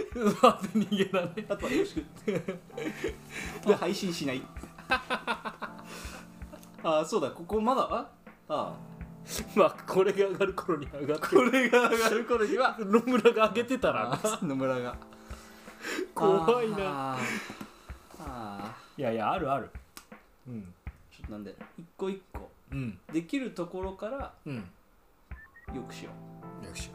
S6: あと逃げだね
S4: あとはよろしく
S6: (laughs)
S4: で配信しないああそうだここまだああ
S6: まあこれが上がる頃に上がって
S4: (laughs)
S6: (laughs)
S4: これが上がる頃には
S6: 野村が上げてたら
S4: 野村が
S6: 怖いな
S4: あーあ
S6: いやいやあるあるうん
S4: ーちょっとなんで一個一個
S6: うん
S4: できるところから
S6: うん
S4: よくしよ
S6: よいし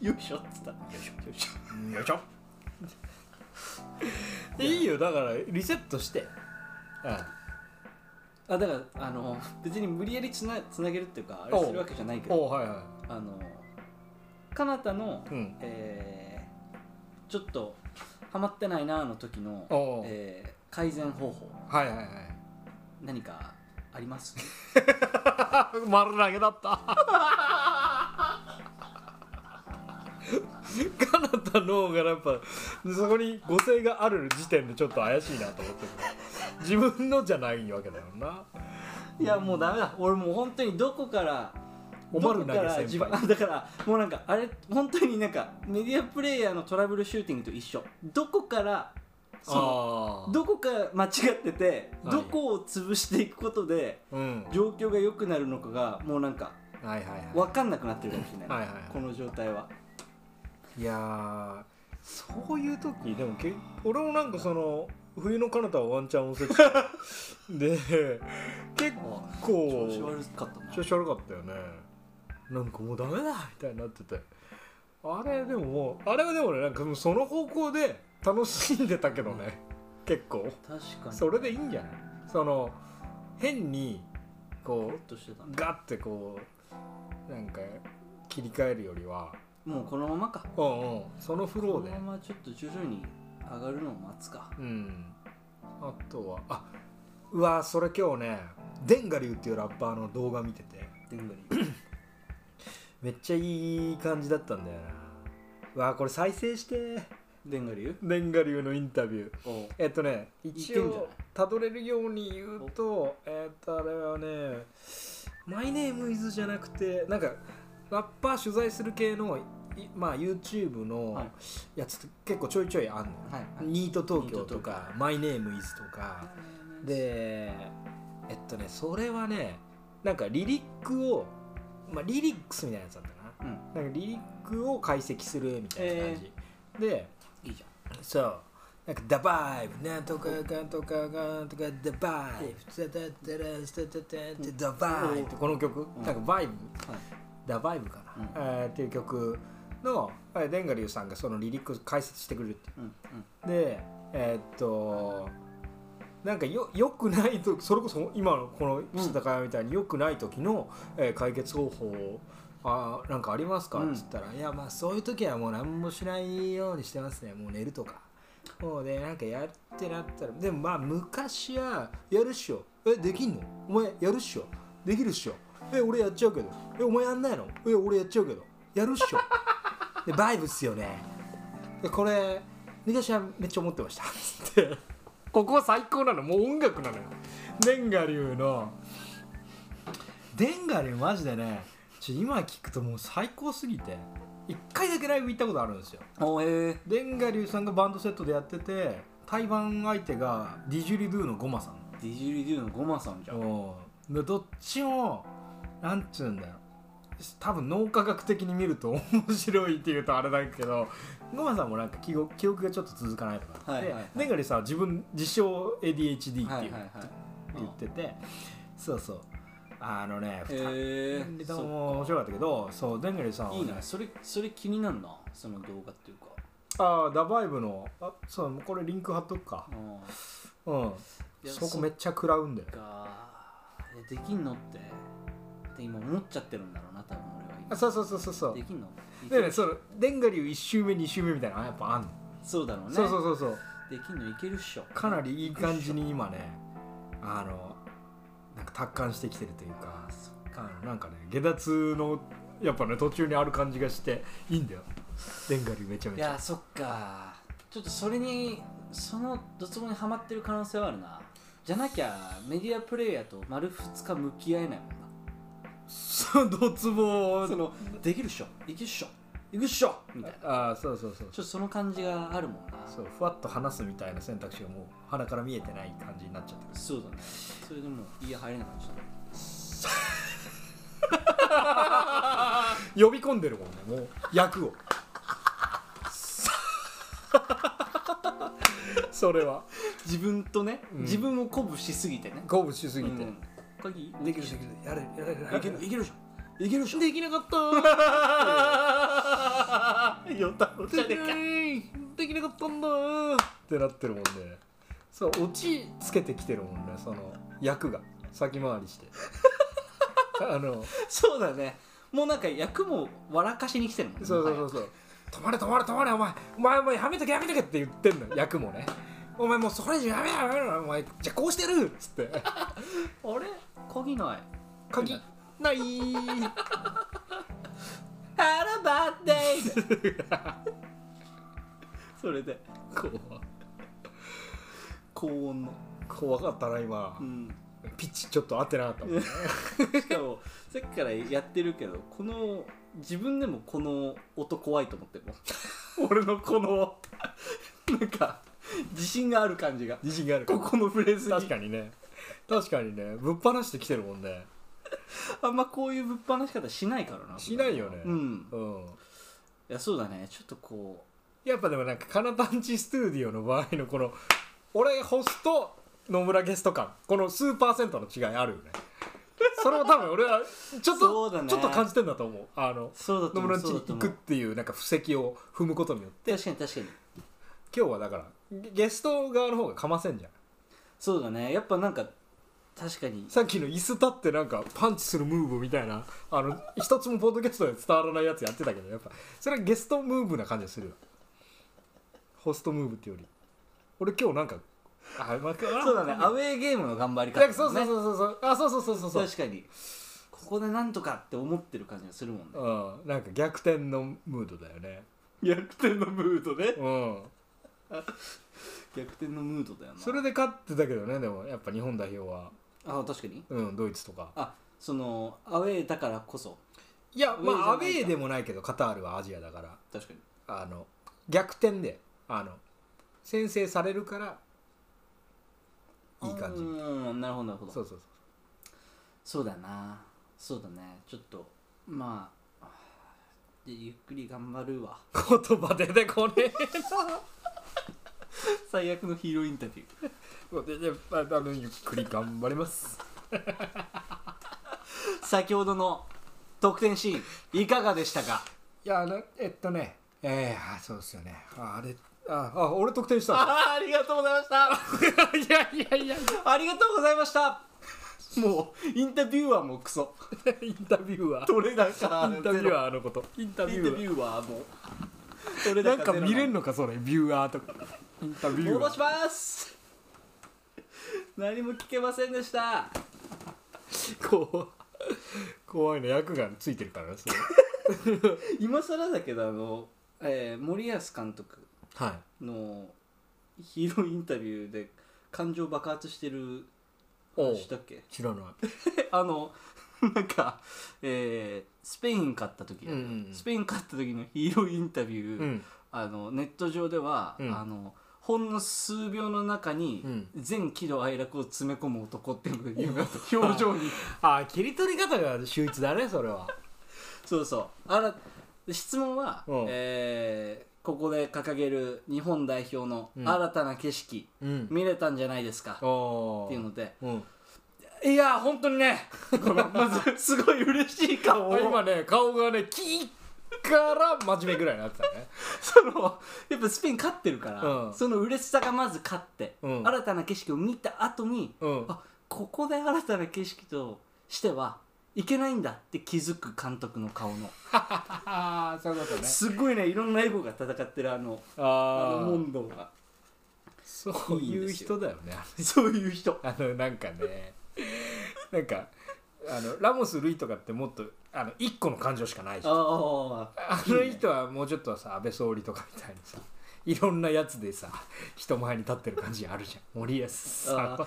S4: うよくしようっつったよ
S6: いしょ
S4: くしよ
S6: ょよいしょ (laughs) いいよだからリセットして
S4: うあだからあの別に無理やりつなつなげるっていうかあれ
S6: おう
S4: するわけじゃないけ
S6: お
S4: ど
S6: おはいは
S4: あのかなたの、
S6: いうん
S4: えーちょっとハマってないなーの時の
S6: おう、
S4: えー改善方法
S6: はいはいはい
S4: 何かあります
S6: (laughs)
S4: (laughs)
S6: 丸投げだった (laughs) カナタの方がやっぱそこに語性がある時点でちょっと怪しいなと思ってる自分のじゃないわけだよない
S4: やもうダメだ俺もう本当にどこから
S6: おまる
S4: どこ
S6: 投
S4: か
S6: げ
S4: ら
S6: 先
S4: 自分 (laughs)
S6: 輩
S4: だからもうなんかあれ本当になんかメディアプレイヤーのトラブルシューティングと一緒どこからその
S6: ああ
S4: どこか間違ってて
S6: はい
S4: どこを潰していくことで
S6: うん
S4: 状況が良くなるのかがもうなんか
S6: はいはいはい
S4: 分かんなくなってるかもしれない,、
S6: はいはいはい
S4: この状態はい
S6: やーそういう時でもけ俺もなんかその冬の彼方はワンチャン温泉地 (laughs) で結構
S4: 調子悪かったな
S6: 調子悪かったよねなんかもうダメだみたいになっててあれでももうあれはでもねなんかもうその方向で楽しんでたけどね結構
S4: 確かに
S6: それでいいんじゃないその変にこ
S4: ぼーっ
S6: う
S4: としてたね
S6: ガッてこうなんか切り替えるよりは
S4: もうこのままか
S6: うんうんそのフロ
S4: こ
S6: ーで
S4: のままちょっと徐々に上がるのを待つか
S6: うんあとはあうわそれ今日ねデンガリュウっていうラッパーの動画見てて
S4: でんぐり
S6: めっちゃいい感じだったんだよなうわこれ再生して
S4: でんぐり
S6: デンガリュウのインタビュー
S4: お
S6: えっとね一
S4: いけんじゃな
S6: 応
S4: い
S6: たどれるように言うとえっとあれはね「マイネームイズ」じゃなくてなんかラッパー取材する系のいまあ YouTube
S4: は
S6: の
S4: い
S6: やつって結構ちょいちょいあんのよ
S4: はい
S6: ニート東京と
S4: ニート
S6: か「マイネームイズ」とかでえっとねそれはねなんかリリックを、まあ、リリックスみたいなやつだったな,、なんかリリックを解析するみたいな感じ、で
S4: いいじゃん
S6: そうなんか「ダバイブ」なんとかかんとかかんとか「ダバイブ」「タタタラスタタタタダバイブ」ってこの曲、
S4: ん
S6: なんかバイブ、
S4: はい
S6: ダバイブかな、
S4: うん
S6: えーっていう曲のえーデンガリュウさんがそのリリックを解説してくれるってい
S4: う
S6: う
S4: んうん
S6: でえーっとなんかよよくないとそれこそ今のこの岸田会みたいによくない時の、えー解決方法あーなんかありますか、
S4: うん
S6: っつったら「いやまあそういう時はもう何もしないようにしてますねもう寝るとか」もうでなんかやってなったらでもまあ昔はやるっしょえできんのお前やるっしょできるっしょえ俺やっちゃうけどえお前やんないのえ俺やっちゃうけどやるっしょでバイブっすよねでこれ昔はめっちゃ思ってましたつって (laughs) ここは最高なのもう音楽なのよデンガリュウのデンガリュウマジでねちょ今聞くともう最高すぎて一回だけライブ行ったことあるんですよ
S4: おえ
S6: レンガリュウさんがバンドセットでやってて対バン相手がディジュリドゥのゴマさん
S4: ディジュリデューのゴマさんじゃん
S6: うんでどっちもなんつうんだろう多分脳科学的に見ると (laughs) 面白いっていうとあれだけどゴマさんもなんか記憶記憶がちょっと続かないとか、
S4: はいはいはい
S6: でレンガリュウさんは自分自称 ADHD っていう、
S4: はいはいはい
S6: 言っててそうそうあのね
S4: へ
S6: 2
S4: え
S6: 人と
S4: そ
S6: も面白かったけどそうレンガリュウさんは
S4: う
S6: ね
S4: いいなそれそれ気になるなその動画っていうか
S6: ああダバイブのあそうこれリンク貼っとくか
S4: ああ
S6: うん
S4: いや
S6: そこめっちゃ食らうんだよ
S4: そっかいやできんのってって今思っちゃってるんだろうな多分俺は
S6: あそうそうそうそうそ
S4: 今
S6: う
S4: できんの
S6: でねそのデンガリュウ1周目2周目みたいなのやっぱあんの、
S4: そうだろうね
S6: そうそうそうそう
S4: できんのいけるっしょ
S6: かなりいい感じに今ねあのなんか達観してきてるというか
S4: そ
S6: あのなんかね下脱のやっぱね途中にある感じがしていいんだよデンガリュウめちゃめ
S4: い
S6: ちゃ
S4: やそっかちょっとそれにそのドツボにはまってる可能性はあるなじゃなきゃメディアプレイヤーと丸2日向き合えないもんな
S6: そうドツボ
S4: そのできるっしょいけるっしょいくっしょみたいなちょ
S6: ああそうそうそう
S4: っとその感じがあるもんな
S6: そうふわっと話すみたいな選択肢がもう鼻から見えてない感じになっちゃってる
S4: そうだねそれでもう家入れなかった
S6: (laughs) 呼び込んでるもんねもう役をそれは
S4: 自分とね、
S6: うん
S4: 自分を鼓舞しすぎてね
S6: 鼓舞しすぎて、
S4: うん鍵
S6: できるできるやれやれ (laughs) やれ
S4: いけるいけるじゃんいけるじゃんできなかったよたろじゃね
S6: できなかったんだってなってるもんねそうオチつけてきてるもんねその役が先回りして (laughs) あの
S4: えか (laughs) そうだねもうなんか役も笑かしに来てるもんね
S6: そうそうそうそう止まれ止まれ止まれお前お前もうやめとけやめとけって言ってんの役もねお前もうそれ以上やめろやめろお前じゃあこうしてるっつって
S4: あれ鍵ない
S6: 鍵ない
S4: ハローバーデイ (laughs) それで
S6: 怖
S4: 高音の
S6: 怖かったな今、
S4: うん
S6: ピッチちょっと合ってなかった
S4: (laughs)
S6: もん
S4: しかもさっきからやってるけどこの自分でもこの音怖いと思ってるもん (laughs) 俺のこのなんか自信がある感じが
S6: 自信がある
S4: ここのフレーズに
S6: 確かにね確かにねぶっ放してきてるもんね
S4: あんまこういうぶっ放し方しないからな
S6: しないよね
S4: うん
S6: うん
S4: いやそうだねちょっとこ
S6: やっぱでもなんかカナパンチスタジオの場合のこの俺ホスト野村ゲスト感この数パーセントの違いあるよねそれを多分俺はちょっ
S4: そう
S6: と、
S4: だね
S6: ちょっと感じてんだと思うあの
S4: うそうだと
S6: 野
S4: 思う
S6: 村んち
S4: そう
S6: に
S4: だと
S6: 行
S4: 思
S6: くっ
S4: う
S6: ていうなんか布石を踏むことによって
S4: 確かに確かに
S6: 今日はだからゲゲスト側の方がかませんじゃん
S4: そうだねやっぱなんか確かに
S6: さっきの椅子立ってなんかパンチするムーブみたいなあの一つもポッドキャストで伝わらないやつやってたけどやっぱそれはゲストムーブな感じがするよホストムーブってより俺今日なんかあまあ
S4: そうだねアウ
S6: ェ
S4: ェーゲームの頑張り方、
S6: な
S4: ね、
S6: んかそうそうそうそうそうあそうそうそうそうそう
S4: 確かにここでなんとかって思ってる感じがするもんね
S6: うん、なんか逆転のムードだよね
S4: 逆転のムードね
S6: うん
S4: 逆転のムードだよな
S6: それで勝ってたけどねでもやっぱ日本代表は、
S4: あ確かに
S6: うん、ドイツとか
S4: あそのアウェーだからこそ
S6: いやまあア
S4: アウ
S6: ウ
S4: ェーじゃないか
S6: ェーでもないけどカタールはアジアだから
S4: 確かに
S6: あの逆転であの先制されるからいい感じ
S4: うんなるほどなるほどそう
S6: そうそうそう
S4: だなそうだねちょっとまあでゆっくり頑張るわ
S6: 言葉出てこねえ
S4: (laughs) 最悪のヒーローインタビュー
S6: あのゆっくり頑張ります
S4: 先ほどの得点シーンいかがでしたか
S6: (laughs) いやあのえっとねえー、あそうですよねああれああ俺得点したい
S4: (laughs) あありがとうございまし
S6: やいやいや
S4: たありがとうございましたもうインタビューアーもクソ
S6: インタビュアー
S4: 取れ高
S6: インタビュアーのことインタビ
S4: インタ
S6: ュ
S4: ビ
S6: ア
S4: ューはもうそれ
S6: ーなんか見れんのかそれビューアーとかインタビュア
S4: 戻
S6: ー
S4: します何も聞けませんでした
S6: 怖い怖いの役がついてるからねそれ
S4: 今更だけどあの、えー森保監督
S6: はい
S4: のヒーローインタビューで感情爆発してる
S6: おう
S4: したっけ
S6: 知らない
S4: (laughs) あのなんか、えースペイン勝った時、
S6: うんうんうん
S4: スペイン勝った時のヒーローインタビュー、
S6: うん
S4: あのネット上では、
S6: うん
S4: あのほんの数秒の中に
S6: うん
S4: 全喜怒哀楽を詰め込む男っていうのが今表情に
S6: (laughs) ああ切り取り方が秀逸だねそれは
S4: (laughs) そうそうあら質問は、
S6: うん
S4: えーここで掲げる日本代表の
S6: うん
S4: 新たな景色、
S6: うん
S4: 見れたんじゃないですか、
S6: お
S4: っていうので
S6: うん、
S4: いやー本当にね (laughs) このまず (laughs) すごい嬉しい顔を
S6: 今ね顔がねキーから真面目ぐらいになってたね
S4: そのやっぱスペイン勝ってるから、
S6: うん
S4: その嬉しさがまず勝って、
S6: うん
S4: 新たな景色を見た後に、
S6: うん
S4: あここで新たな景色としてはいけないんだって気づく監督の顔の
S6: ああそういうことね
S4: すごいねいろんなエゴが戦ってるあのあ
S6: あ
S4: のモ
S6: あ
S4: ンドが
S6: そういう人だよね
S4: そういう人
S6: あのなんかねなんかあのラモス・ルイとかってもっとあの一個の感情しかないじゃん
S4: ああ
S6: あの人はもうちょっとさ安倍総理とかみたいにさいろんなやつでさ人前に立ってる感じあるじゃん森保さん
S4: あ
S6: は
S4: ー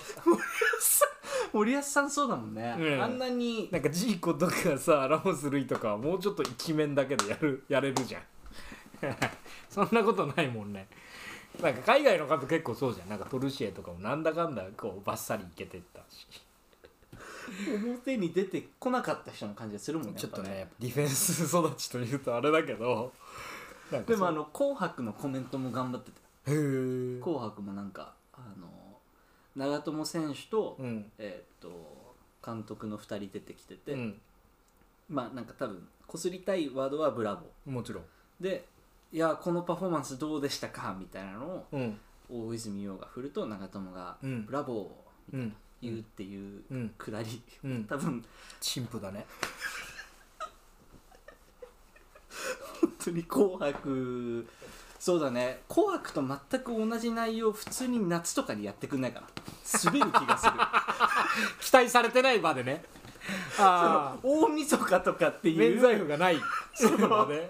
S4: 森保さんそうだもんね、
S6: うん
S4: あんなに
S6: なんかジーコとかさラモス・ルイとかはもうちょっと一面だけでやる (laughs) やれるじゃんそんなことないもんねなんか海外の方結構そうじゃんなんかトルシエとかもなんだかんだこうバッサリいけてったし
S4: 表に出てこなかった人の感じがするもんね
S6: ちょっとね
S4: や
S6: や
S4: ぱ
S6: っぱディフェンス育ちというとあれだけどなんかそ
S4: で
S6: う
S4: もあの「紅白」のコメントも頑張ってた
S6: へえ
S4: 紅白もなんかあの長友選手と、
S6: うん
S4: えーっと監督の2人出てきてて、
S6: うん
S4: まあなんか多分こすりたいワードは「ブラボ
S6: もちろん
S4: ー」で「いやーこのパフォーマンスどうでしたか?」みたいなのを
S6: うん
S4: 大泉洋が振ると長友が「
S6: うん
S4: ブラボー」みたいな
S6: うん
S4: 言うっていう
S6: うん
S4: くだり、
S6: うん
S4: 多分
S6: 陳腐だね
S4: 本当に「紅白」そうだね「紅白」と全く同じ内容普通に夏とかにやってくんないかな滑る気が
S6: (laughs)
S4: する
S6: 期待されてない場 (laughs) でねああ
S4: 大晦日とかってい
S6: 免罪符
S4: う
S6: がない (laughs) そうだね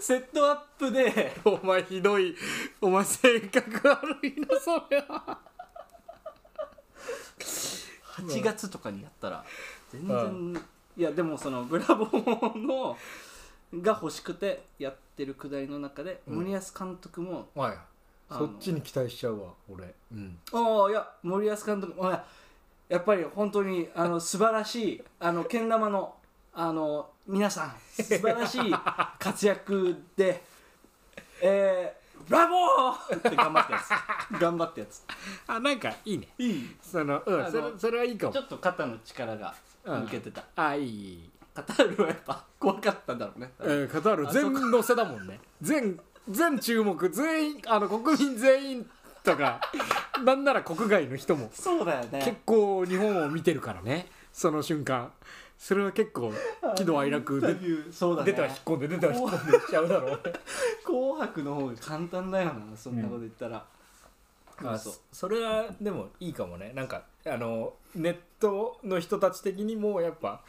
S4: セットアップで
S6: お前ひどいお前性格悪いなそれは
S4: 8月とかにやったら全然、いやでもその「 (laughs) ブラボーの」が欲しくてやってるくだりの中で、
S6: うん
S4: 森保監督も
S6: おい
S4: あ
S6: そ
S4: の
S6: っちに期待しちゃうわ俺うん
S4: 「ああいや森保監督もいややっぱり本当にあの素晴らしいあのけん玉のあの皆さん素晴らしい活躍でえー、ブラボー!」って頑張ったやつ頑張ったやつ
S6: あなんかいいね
S4: いい
S6: そのう
S4: あの
S6: んそれそれはいいかも
S4: ちょっと肩の力が抜けてた、
S6: あいいいい
S4: カタールはやっぱ怖かったんだろうね、
S6: えー、カタール全乗せだもんね全全注目全員あの国民全員と (laughs) かなんなら国外の人も
S4: そうだよ
S6: 結
S4: ね
S6: 構日本を見てるからねその瞬間それは結構喜怒哀楽で
S4: そうだね
S6: 出たら引っ込んで出たら引っ込んでしちゃうだろうね
S4: 紅白の方が簡単だよなそんなこと言ったら、
S6: あ
S4: そう
S6: そそれはでもいいかもねなんかあのネットの人たち的にもやっぱ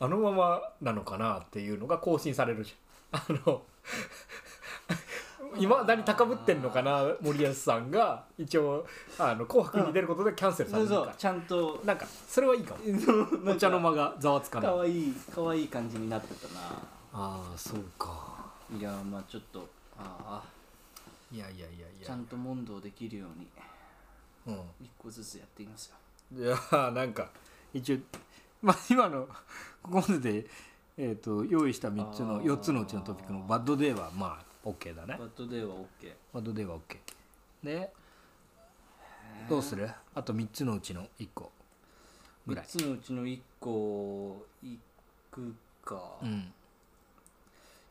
S6: あのままなのかなっていうのが更新されるじゃんあの (laughs) 今だに高ぶってんのかな森保さんが一応「あの紅白」に出ることでキャンセルさ
S4: そ
S6: れ
S4: う
S6: るか
S4: そう
S6: ら、
S4: ちゃんと
S6: なんかそれはいいかもお茶の間がざわつかない
S4: かわいいかわいい感じになってたな
S6: ああそうか
S4: いやまあちょっとああ
S6: いやいやいやい
S4: ちゃ
S6: や
S4: んと問答できるように
S6: うん
S4: 一個ずつやっていますよ
S6: いやーなんか一応、まあ、今のここまでで、えー、と用意した3つ
S4: あ
S6: の
S4: ー
S6: 4つのうちのトピックのバッドデーはまあ OK だね
S4: バッドデーは OK
S6: バッドデーは OK でどうするあと3つのうちの1個ぐ
S4: 3
S6: らい
S4: つのうちの1個いくか、
S6: うん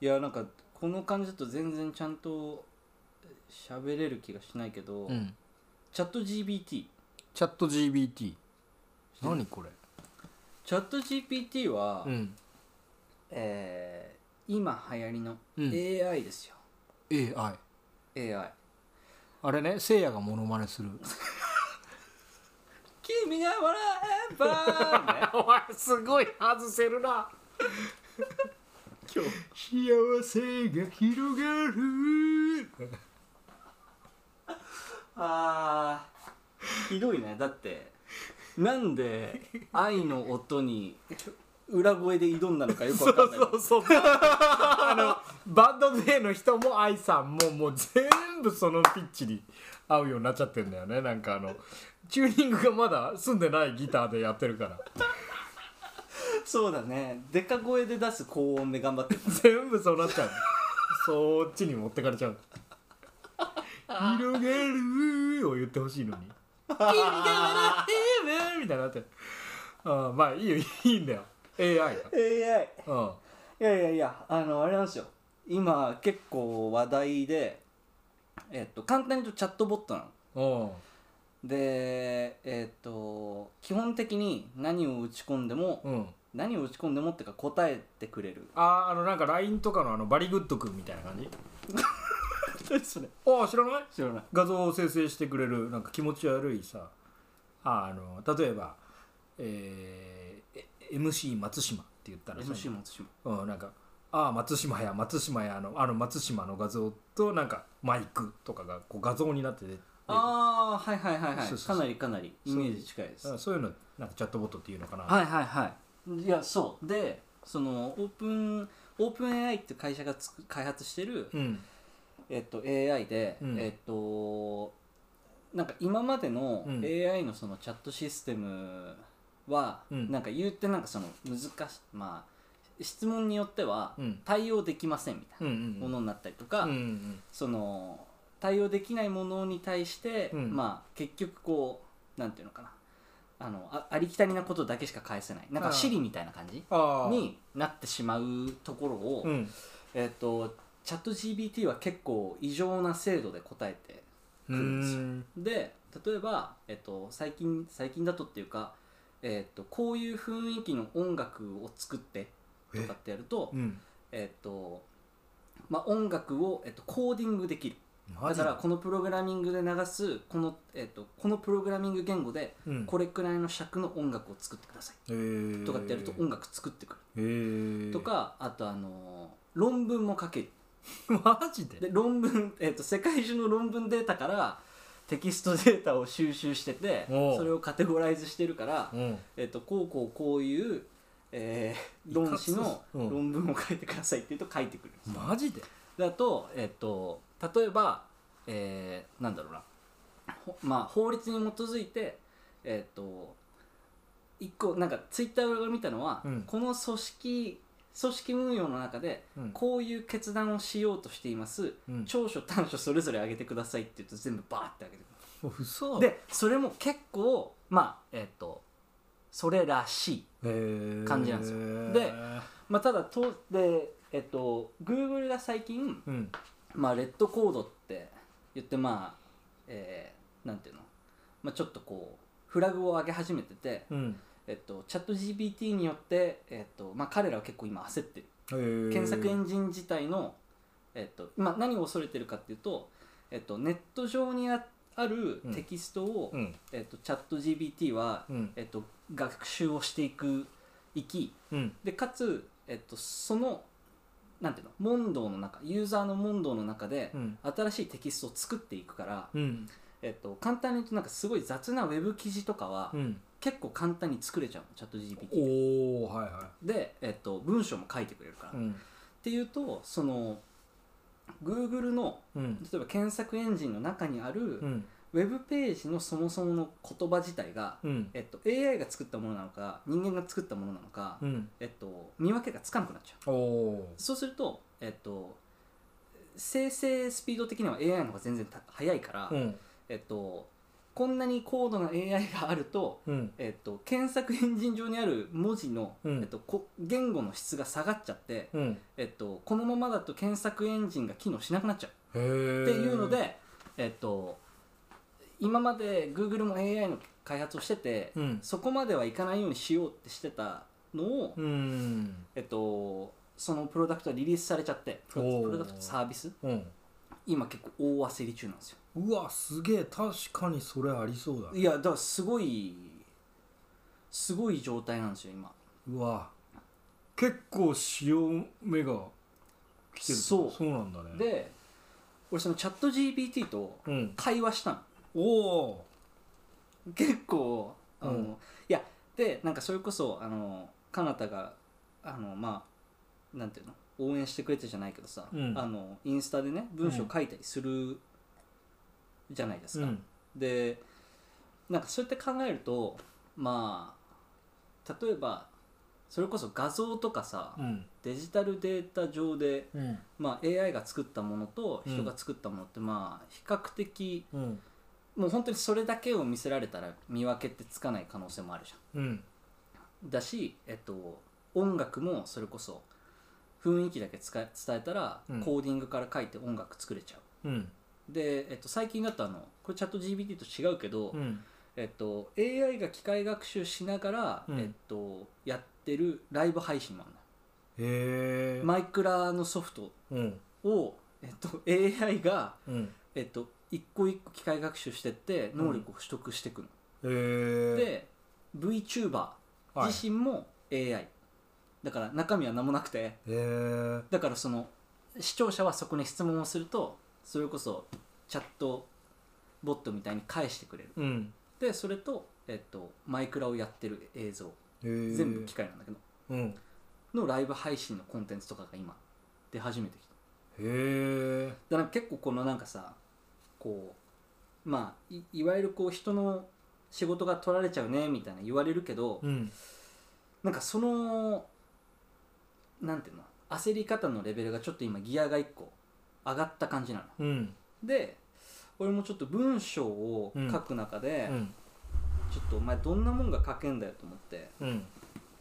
S4: いやなんかこの感じだと全然ちゃんと喋れる気がしないけど、
S6: うん
S4: チャット GPT チ
S6: チャット GBT 何これ
S4: ャット GPT は、
S6: うん
S4: えー今流行りの
S6: うん
S4: AI ですよ、
S6: AI
S4: AI
S6: あれねせいやがモノマネする
S4: 君が笑えば、ね、
S6: (laughs) お前すごい外せるな
S4: (laughs) 今日
S6: 幸せが広がる
S4: あーひどいねだってなんで愛の音に裏声で挑んだのかよくわかんない
S6: そうそうそうあのバンドデーの人も愛さんももう全部そのピッチに合うようになっちゃってんだよねなんかあのチューニングがまだ済んでないギターでやってるから
S4: そうだねでか声で出す高音で頑張ってる
S6: 全部そうなっちゃうそっちに持ってかれちゃう広げるを言ってほしいのに「君が笑えば」みたいになってるああまあいいよいいんだよ AI が
S4: AI
S6: うん
S4: いやいやいやあのあれなんですよ今結構話題でえっと簡単に言うとチャットボットなの
S6: うん
S4: でえっと基本的に何を打ち込んでも、
S6: うん
S4: 何を打ち込んでもっていうか答えてくれる
S6: あーあのなんか LINE とかのあのバリグッドくんみたいな感じ
S4: 何それ
S6: ああ知らない
S4: 知らない
S6: 画像を生成してくれるなんか気持ち悪いさあーあの例えば、えーえ MC 松島って言ったらさ
S4: MC 松島
S6: うん、なんか「ああ松島や松島や」のあの松島の画像となんかマイクとかがこう画像になってて
S4: ああはいはいはいはい
S6: そうそうそう
S4: かなりかなりイメージ近いです
S6: うんそういうのなんかチャットボットっていうのかな、
S4: はいはいはいいやそうでそのオープンオープン AI っていう会社がつく開発してる、
S6: うん
S4: えっと、AI で、
S6: うん
S4: えっとなんか今までの
S6: うん
S4: AI のそのチャットシステムは、
S6: うん
S4: なんか言ってなんかその難しまあ質問によっては
S6: うん
S4: 対応できませんみたい
S6: うん
S4: な
S6: う
S4: も
S6: ん
S4: のになったりとか、
S6: うんうん
S4: その対応できないものに対して、
S6: うん
S4: まあ結局こうなんていうのかなあのあありきたりなことだけしか返せないなん
S6: あ
S4: か
S6: あ
S4: シリみたいな感じ
S6: あー
S4: になってしまうところを、
S6: うん
S4: えっ、とチャット GPT は結構異常な精度で答えて
S6: う
S4: 来るんですよ
S6: ん
S4: で例えば、えっと、最近最近だとっていうか、えっと、こういう雰囲気の音楽を作ってとかってやると
S6: う,、ん
S4: えっとまあ、音楽を、えっと、コーディングできる
S6: マ
S4: だ
S6: ジ
S4: からこのプログラミングで流すこの,、えっと、このプログラミング言語で
S6: うん
S4: これくらいの尺の音楽を作ってくださ
S6: へー
S4: いとかってやると音楽作ってく
S6: へー
S4: るとかあとあの論文も書ける
S6: マジで
S4: で論文、 (laughs) えっと世界中の論文データからテキストデータを収集してて
S6: おう
S4: それをカテゴライズしてるから
S6: う、ん
S4: えっとこうこうこういう、えー論子の
S6: うん
S4: 論文を書いてくださいって言うと書いてくる、
S6: マジで
S4: だと,、えっと例えば、えーなんだろうなほまあ法律に基づいてえっ、と一個なんかツイッターが見たのは、
S6: うん
S4: この組織組織運用の中で
S6: うん
S4: こういう決断をしようとしています、
S6: うん
S4: 長所短所それぞれ上げてくださいって言うと全部バーって上げてく
S6: 嘘
S4: るでそれも結構まあえっ、とそれらしい感じなんです
S6: よ
S4: でまあただとでえっ、と Google が最近
S6: うん
S4: まあレッドコードって言ってまあえーなんていうのまあちょっとこうフラグを上げ始めてて、
S6: うん
S4: えっと、チャット GPT によって、えっとまあ、彼らは結構今焦ってる検
S6: 検
S4: 索エンジン自体の、えっと、今何を恐れてるかっていうと、えっと、ネット上にああるテキストを、
S6: うん
S4: えっと、チャット GPT は、
S6: うん
S4: えっと、学習をしていくいき
S6: うん
S4: でかつ、えっと、そのなんていうの問答の中ユーザーの問答の中で、
S6: うん
S4: 新しいテキストを作っていくから、
S6: うん
S4: えっと、簡単に言うとなんかすごい雑なウェブ記事とかは、
S6: うん
S4: 結構簡単に作れちゃうのチャット GPT で
S6: おおはいは
S4: で、えっと、文章も書いてくれるから、
S6: い
S4: っ
S6: ん
S4: ていうとその Google の
S6: うん
S4: 例えば検索エンジンの中にある、
S6: うん
S4: ウェブページのそもそもの言葉自体が、
S6: うん
S4: えっと、AI が作ったものなのか人間が作ったものなのか、
S6: うん
S4: えっと、見分けがつかなくなっちゃう
S6: おお
S4: そうすると、えっと、生成スピード的には AI の方が全然た早いから、
S6: うん
S4: えっと、こんなに高度な AI があると、
S6: うん
S4: えっと、検索エンジン上にある文字の、
S6: うん
S4: えっと、こ言語の質が下がっちゃって、
S6: うん
S4: えっと、このままだと検索エンジンが機能しなくなっちゃう
S6: へえ
S4: っていうので、えっと、今まで Google も AI の開発をしてて、
S6: うん
S4: そこまではいかないようにしようってしてたのを、
S6: うん
S4: えっと、そのプロダクトはリリースされちゃってプ
S6: おー
S4: ロダクトサービス
S6: うん
S4: 今結構大焦り中なんですよ
S6: うわすげえ確かにそれありそうだ
S4: いやだからすごいすごい状態なんですよ今
S6: うわ結構潮目が来てる
S4: そう
S6: そうなんだね
S4: で俺そのチャット GPT と
S6: うん
S4: 会話したの
S6: おお
S4: 結構あの、
S6: うん
S4: いやでなんかそれこそあのかなたがあのまあなんていうの応援してくれてじゃないけどさ、
S6: うん
S4: あのインスタでね文章書いたりするじゃないですか、でなんかそうやって考えるとまあ例えばそれこそ画像とかさ、
S6: うん
S4: デジタルデータ上で、
S6: うん
S4: まあ、AI が作ったものと
S6: うん
S4: 人が作ったものって、まあ比較的
S6: うん
S4: もう本当にそれだけを見せられたら見分けってつかない可能性もあるじ
S6: うん
S4: ゃんだし、えっと、音楽もそれこそ雰囲気だけ使え伝えたら、
S6: うん
S4: コーディングから書いて音楽作れちゃ
S6: うん
S4: うで、えっと、最近だとあのこれチャット GPT と違うけど、
S6: うん
S4: えっと、AI が機械学習しながら、
S6: うん
S4: えっと、やってるライブ配信もあるのよ
S6: へえ
S4: マイクラのソフト
S6: うん
S4: を、えっと、AI が、
S6: うん
S4: えっと、一個一個機械学習してって能力を取得していくの、
S6: へえ
S4: で VTuber
S6: はい
S4: 自身も AI、だから中身は何もなくて
S6: へえ
S4: だからその視聴者はそこに質問をするとそれこそチャットボットみたいに返してくれる
S6: うん
S4: でそれと、えっと、マイクラをやってる映像
S6: へえ
S4: 全部機械なんだけど、
S6: うんへ
S4: のライブ配信のコンテンツとかが今出始めてきた
S6: え
S4: だから結構このなんかさこうまあいいわゆるこう人の仕事が取られちゃうねみたいな言われるけど、
S6: うん
S4: なんかそのなんていうの焦り方のレベルがちょっと今ギアが一個上がった感じなの
S6: うん
S4: で俺もちょっと文章を書く中で、
S6: うん
S4: ちょっとお前どんなもんが書けんだよと思って
S6: うん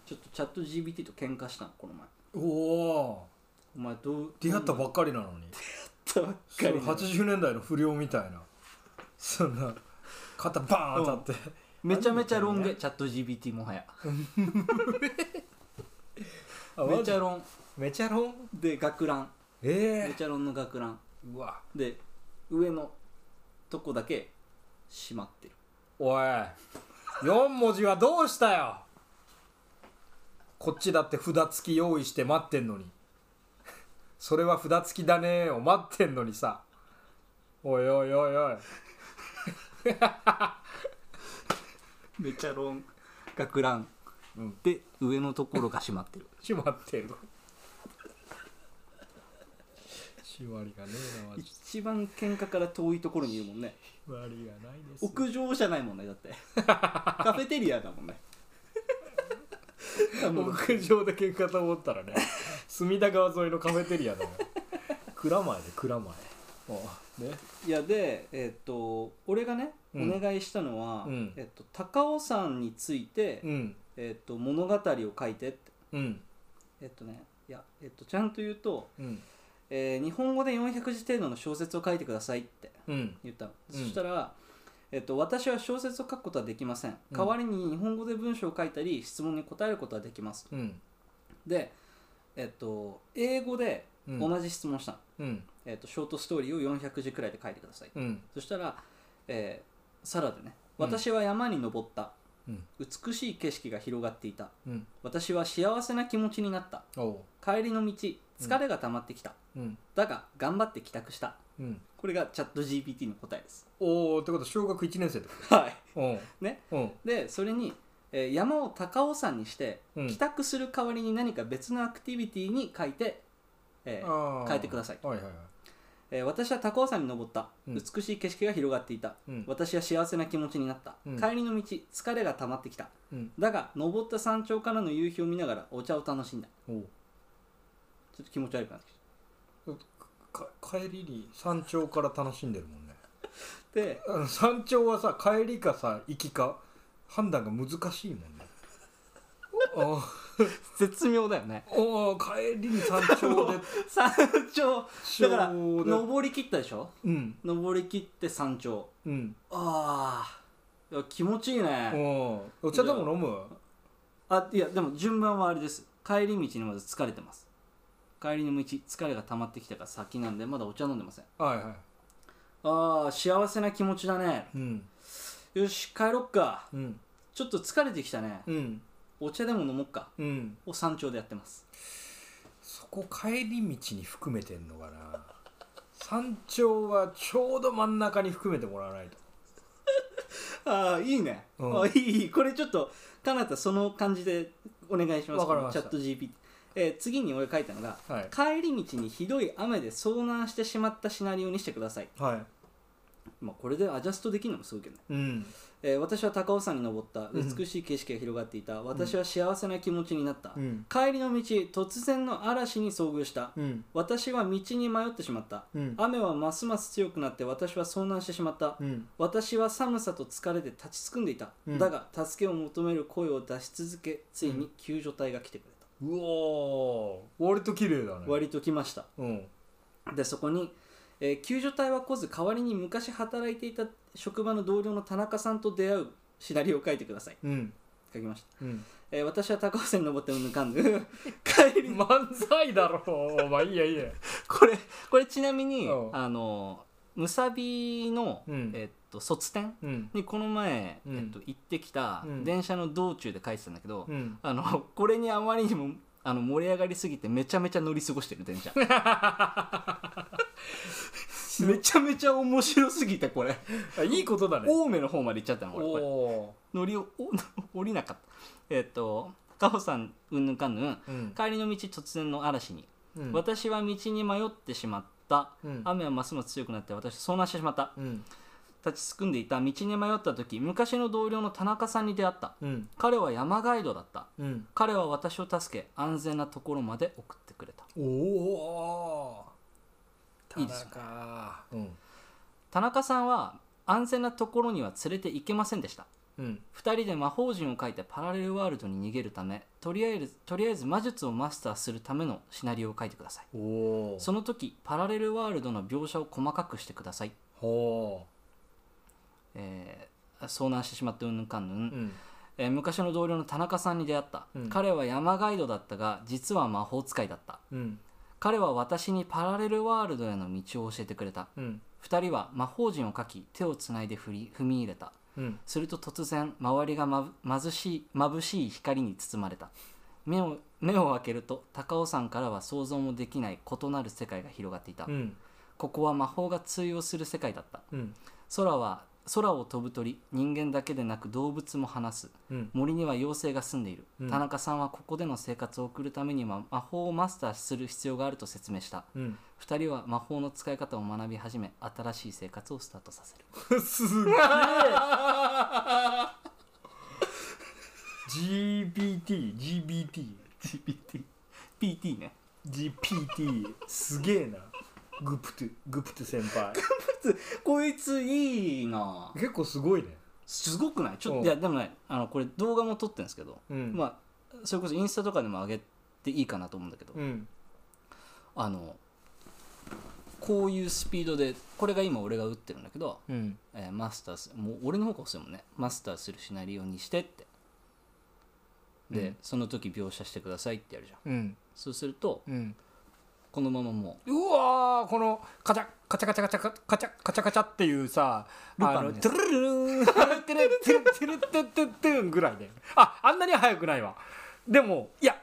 S4: ちょっとチャット GPT と喧嘩したのこの前
S6: おお
S4: お前どう
S6: 出会ったばっかりなのに
S4: 出会ったばっかりなの
S6: 80年代の不良みたいなそんな肩バーン当たって、
S4: めちゃめちゃ論外チャット GPT もはや
S6: あ
S4: め
S6: め
S4: ち
S6: ち
S4: ゃ
S6: ゃ
S4: 論
S6: めちゃロン
S4: で学ランめ
S6: ええ
S4: ちゃ論の学ラン
S6: うわ
S4: で上のとこだけ閉まってる
S6: おい4文字はどうしたよこっちだって札付き用意して待ってんのにそれは札付きだねーを待ってんのにさおいおいおいおい
S4: (laughs) めちゃ論学ラン
S6: うん
S4: で上のところが閉まってる
S6: 閉まってる締まりがねえなマジ
S4: 一番喧嘩から遠いところにいるもんね
S6: 締まりがないです
S4: 屋上じゃないもんねだって (laughs) カフェテリアだもんね
S6: 屋上で喧嘩と思ったらね隅田川沿いのカフェテリアだよ蔵前で蔵前おね
S4: いやでえっ、と俺がね、
S6: うん
S4: お願いしたのは、
S6: うん
S4: えっと高尾山について、
S6: うん
S4: えっと物語を書いてって
S6: うん
S4: えっとねいや、えっとちゃんと言うと、
S6: うん
S4: えー日本語で400字程度の小説を書いてくださいって
S6: うん
S4: 言ったの、
S6: うん
S4: そしたら、えっと「私は小説を書くことはできません代わりに日本語で文章を書いたり質問に答えることはできます」
S6: うん
S4: で、えっと英語で
S6: うん
S4: 同じ質問したの、
S6: うん
S4: えっとショートストーリーを400字くらいで書いてください、
S6: うん
S4: そしたら、えーサラでね「
S6: うん
S4: 私は山に登った
S6: うん
S4: 美しい景色が広がっていた
S6: うん
S4: 私は幸せな気持ちになった
S6: おう
S4: 帰りの道疲れが溜まってきた、
S6: うん
S4: だが頑張って帰宅した
S6: うん
S4: これがチャット GPT の答えです
S6: おおってことは小学1年生ってこ
S4: は
S6: とおう
S4: いね
S6: おう
S4: でそれに、えー山を高尾山にして、
S6: うん
S4: 帰宅する代わりに何か別のアクティビティに書いて、えー
S6: あー
S4: 変えてください
S6: はいはいはい
S4: えー私は高尾山に登った
S6: うん
S4: 美しい景色が広がっていた、
S6: うん
S4: 私は幸せな気持ちになった、
S6: うん
S4: 帰りの道疲れが溜まってきた
S6: うん
S4: だが登った山頂からの夕日を見ながらお茶を楽しんだ
S6: おう
S4: ちょっと気持ち悪くなってき
S6: か帰りに山頂から楽しんでるもんね
S4: たで
S6: あの山頂はさ帰りかさ行きか判断が難しいもんねお
S4: 絶妙だよね
S6: おお帰りに山頂で
S4: 山頂だから
S6: 頂で
S4: 登り切ったでしょ
S6: うん
S4: 登り切って山頂
S6: うん
S4: ああ気持ちいい
S6: お
S4: ね
S6: おお茶でも飲む
S4: あいやでも順番はあれです帰り道にまず疲れてます帰りの道疲れが溜まってきたから先なんでまだお茶飲んでません
S6: はいは
S4: ああ幸せな気持ちだね
S6: いうん
S4: よし帰ろっか
S6: うん
S4: ちょっと疲れてきたね
S6: うん
S4: お茶でも飲もっか
S6: うん
S4: を山頂でやってます
S6: そこ帰り道に含めてんのかな山頂はちょうど真ん中に含めてもらわないと
S4: ああいいね、
S6: うん
S4: あいいいいこれちょっとかなたその感じでお願いします
S6: わかりました
S4: チャット GPT、えー次に俺書いたのが、
S6: はい
S4: 帰り道にひどい雨で遭難してしまったシナリオにしてください、
S6: は
S4: まあ、これでアジャストできるのもすごいけどね、
S6: いうん
S4: えー私は高尾山に登った
S6: うん
S4: 美しい景色が広がっていた、私は幸せな気持ちになった、
S6: うん
S4: 帰りの道突然の嵐に遭遇した、
S6: うん
S4: 私は道に迷ってしまった、
S6: うん
S4: 雨はますます強くなって私は遭難してしまった、
S6: うん
S4: 私は寒さと疲れて立ちすくんでいた、
S6: うん
S4: だが助けを求める声を出し続けついに救助隊が来てくれた、
S6: うおー割と綺麗だね
S4: 割と来ました
S6: うん
S4: でそこに、えー救助隊は来ず代わりに昔働いていた職場の同僚の田中さんと出会うシナリオを書いてください
S6: うん
S4: 書きました、
S6: うん
S4: えー私は高尾山に登っても抜かんぬ (laughs) 帰り
S6: 漫才だろお前いいやいいや
S4: これこれちなみに
S6: うん
S4: あのむさびの、
S6: うん
S4: えっと卒展
S6: うん
S4: にこの前、
S6: うん
S4: えっと、行ってきた
S6: うん
S4: 電車の道中で書いてたんだけど、
S6: うん
S4: あのこれにあまりにもあの盛り上がりすぎてめちゃめちゃ乗り過ごしてる
S6: (laughs)
S4: 電車めちゃめちゃ面白すぎてこれ
S6: あいいことだね
S4: 青梅の方まで行っちゃったの俺これ
S6: お
S4: 乗りをお (laughs) 降りなかったえっ、と高尾山うんぬんかんぬん
S6: ーうん
S4: 帰りの道突然の嵐に、
S6: うん
S4: 私は道に迷ってしまった、
S6: うん
S4: 雨はますます強くなって私は遭難してしまった
S6: うん
S4: 立ちすくんでいた道に迷った時昔の同僚の田中さんに出会った
S6: うん
S4: 彼は山ガイドだった
S6: うん
S4: 彼は私を助け安全なところまで送ってくれた
S6: おお
S4: いいですよね
S6: うん
S4: 田中さんは安全なところには連れて行けませんでした
S6: うん
S4: 2人で魔法陣を書いてパラレルワールドに逃げるためとりあえずとりあえず魔術をマスターするためのシナリオを書いてください
S6: おお
S4: その時パラレルワールドの描写を細かくしてください、
S6: ほ
S4: えー遭難してしまったうんぬんかんぬん、
S6: ううん
S4: えー昔の同僚の田中さんに出会った、
S6: うん
S4: 彼は山ガイドだったが実は魔法使いだった
S6: うん
S4: 彼は私にパラレルワールドへの道を教えてくれた
S6: うん
S4: 2人は魔法陣を書き手をつないで振り踏み入れた
S6: うん
S4: すると突然周りがまぶ貧しい眩しい光に包まれた目を目を開けると高尾山からは想像もできない異なる世界が広がっていた、
S6: うん
S4: ここは魔法が通用する世界だった
S6: うん
S4: 空は空を飛ぶ鳥人間だけでなく動物も話す
S6: うん
S4: 森には妖精が住んでいる、
S6: うん
S4: 田中さんはここでの生活を送るためには魔法をマスターする必要があると説明した
S6: うん
S4: 2人は魔法の使い方を学び始め新しい生活をスタートさせる
S6: すげえ GPT GPT
S4: GPT PT ね
S6: GPT すげえなグプトゥグプトゥ先輩
S4: こいついいなぁ
S6: 結構すごいね
S4: すごくないちょっ
S6: う
S4: と
S6: ん
S4: いやでもねあのこれ動画も撮ってるんですけど、
S6: うん
S4: まあそれこそインスタとかでも上げていいかなと思うんだけど、
S6: うん
S4: あのこういうスピードでこれが今俺が打ってるんだけど、
S6: うん
S4: えーマスターすもう俺の方が遅いもんねマスターするシナリオにしてってで、
S6: うん
S4: その時描写してくださいってやるじゃん
S6: うん
S4: そうすると
S6: うん
S4: このままも
S6: うわーこのカチャカチャカチャカチャカカチャカチャカチャっていうさ
S4: ルパン
S6: あの
S4: のやつ
S6: トゥルルルントゥルトゥルトゥルトゥルトゥルトゥルトゥルぐらいでああんなには速くないわでもいや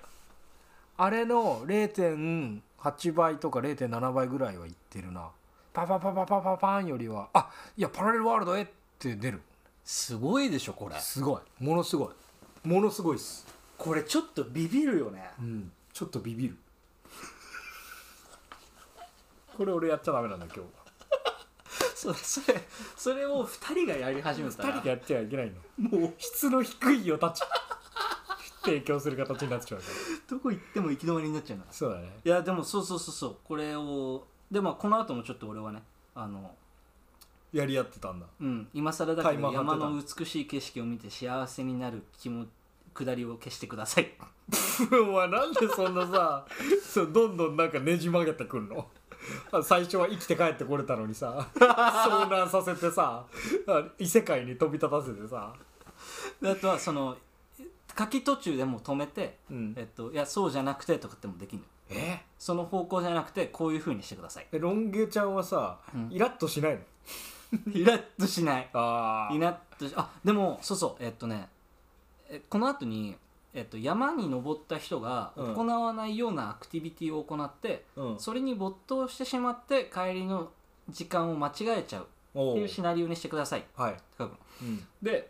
S6: あれの0.8倍とか0.7倍ぐらいはいってるなパパパパパパパンよりはあいやパラレルワールドへって出る
S4: うすごいでしょこれ
S6: すごいものすごいものすごいっす
S4: これちょっとビビるよね
S6: うんちょっとビビるこれ俺やっちゃダメなんだ今日
S4: そそれそれを2人がやり始めた
S6: 二人
S4: ら
S6: でやってはいけないのもう質の低いよたち提供する形になっちまうから
S4: どこ行っても行き止まりになっちゃうな
S6: そうだね
S4: いやでもそうそうそうそうこれをでまあこの後もちょっと俺はねあの
S6: やり合ってたんだ
S4: うん、今更だけ
S6: タイマ
S4: ど
S6: ー張っ
S4: 山
S6: てた
S4: の美しい景色を見て幸せになる気も下りを消してくだ (laughs) さい
S6: お前なんでそんなさそうどんどんなんかねじ曲げてくんのあ最初は生きて帰ってこれたのにさ遭難させてさあ異世界に飛び立たせてさ
S4: であとはその書き途中でもう止めて、
S6: うん
S4: えっと、いやそうじゃなくてとかってもできる
S6: え
S4: その方向じゃなくてこういう風にしてください
S6: ロン毛ちゃんはさ、
S4: うん
S6: イラッとしないの
S4: イラッとしない
S6: あ
S4: イラッとしあでもそうそうえっとねえこの後にえっと、山に登った人が
S6: うん
S4: 行わないようなアクティビティを行って、
S6: うん
S4: それに没頭してしまって帰りの時間を間違えちゃうっ
S6: お
S4: て
S6: う
S4: いうシナリオにしてくださいって
S6: はい、
S4: 書くの
S6: うん、
S4: で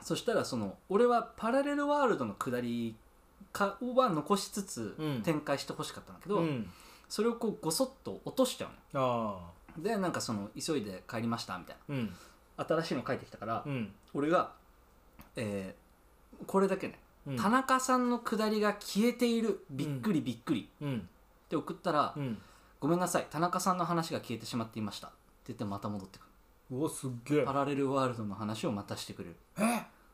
S4: そしたらその俺はパラレルワールドの下りかは残しつつ
S6: うん
S4: 展開してほしかったんだけど、
S6: うん
S4: それをこうごそっと落としちゃう
S6: ああ
S4: のでなんかその急いで帰りましたみたい
S6: うん
S4: な新しいの書いてきたから、
S6: うん
S4: 俺が、えーこれだけね、
S6: うん
S4: 田中さんの下りが消えているびっくりびっくり」
S6: うん
S4: って送ったら、
S6: うん
S4: ごめんなさい田中さんの話が消えてしまっていました」って言ってまた戻ってくる。
S6: うわすっげえ
S4: パラレルワールドの話をまたしてくれる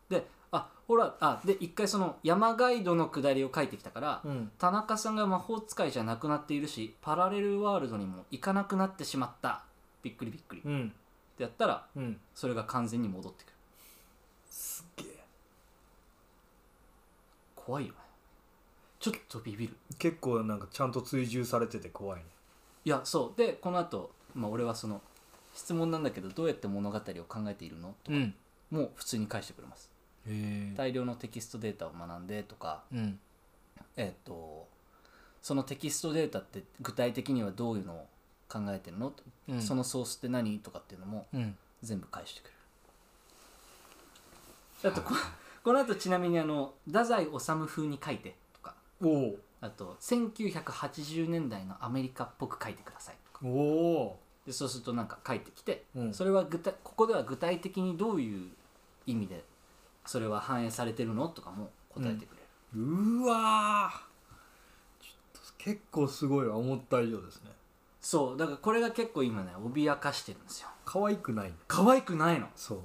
S4: であほらあで一回その山ガイドの下りを書いてきたから、
S6: うん
S4: 田中さんが魔法使いじゃなくなっているしパラレルワールドにも行かなくなってしまったびっくりびっくりっ
S6: うん
S4: てやったら
S6: うん
S4: それが完全に戻ってくる
S6: すっげえ
S4: 怖いよねちょっとビビる
S6: 結構なんかちゃんと追従されてて怖いね
S4: いやそうでこの後、まあ俺はその質問なんだけどどうやって物語を考えているのとか
S6: ん
S4: もう普通に返してくれます
S6: へ
S4: 大量のテキストデータを学んでとか
S6: うん
S4: えっとそのテキストデータって具体的にはどういうのを考えてるの、
S6: うん
S4: そのソースって何とかっていうのも
S6: うん
S4: 全部返してくれるあとここの後ちなみにあの「太宰治風に書いて」とか
S6: おお
S4: あと「1980年代のアメリカっぽく書いてください」とか
S6: おお
S4: でそうするとなんか書いてきて、
S6: うん
S4: それは具体ここでは具体的にどういう意味でそれは反映されてるのとかも答えてくれる、
S6: うーわーちょっと結構すごいわ思った以上ですね
S4: そうだからこれが結構今ね脅かしてるんですよ
S6: 可愛くない
S4: 可愛くないの
S6: そ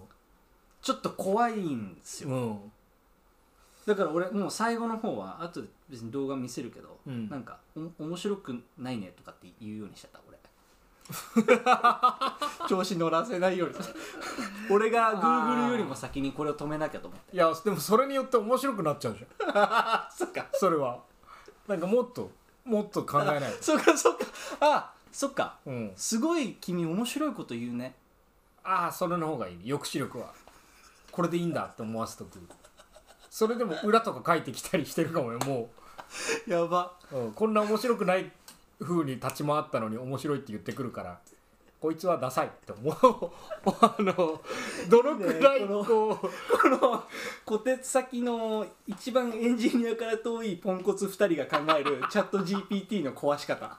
S4: ちょっと怖いんです
S6: う
S4: よ
S6: うん
S4: だから俺もう最後の方は後で別に動画見せるけど、
S6: うん
S4: なんかお面白くないねとかって言うようにしてた俺調子乗らせないように俺が Google よりも先にこれを止めなきゃと思って
S6: いやでもそれによって面白くなっちゃうじゃん
S4: あ (laughs) そっか
S6: それはなんかもっともっと考え
S4: (laughs)
S6: ないと
S4: そっかそっかあそっか
S6: うん
S4: すごい君面白いこと言うね
S6: ああそれの方がいい抑止力はこれでいいんだって思わせとくそれでも裏とか書いてきたりしてるかもよも
S4: やば
S6: う、うん、こんな面白くない風に立ち回ったのに面白いって言ってくるからこいつはダサいって思う (laughs) あのどのくらい
S4: ねえこの
S6: こう
S4: この小手先の一番エンジニアから遠いポンコツ2人が考え (laughs) るチャット GPT の壊し方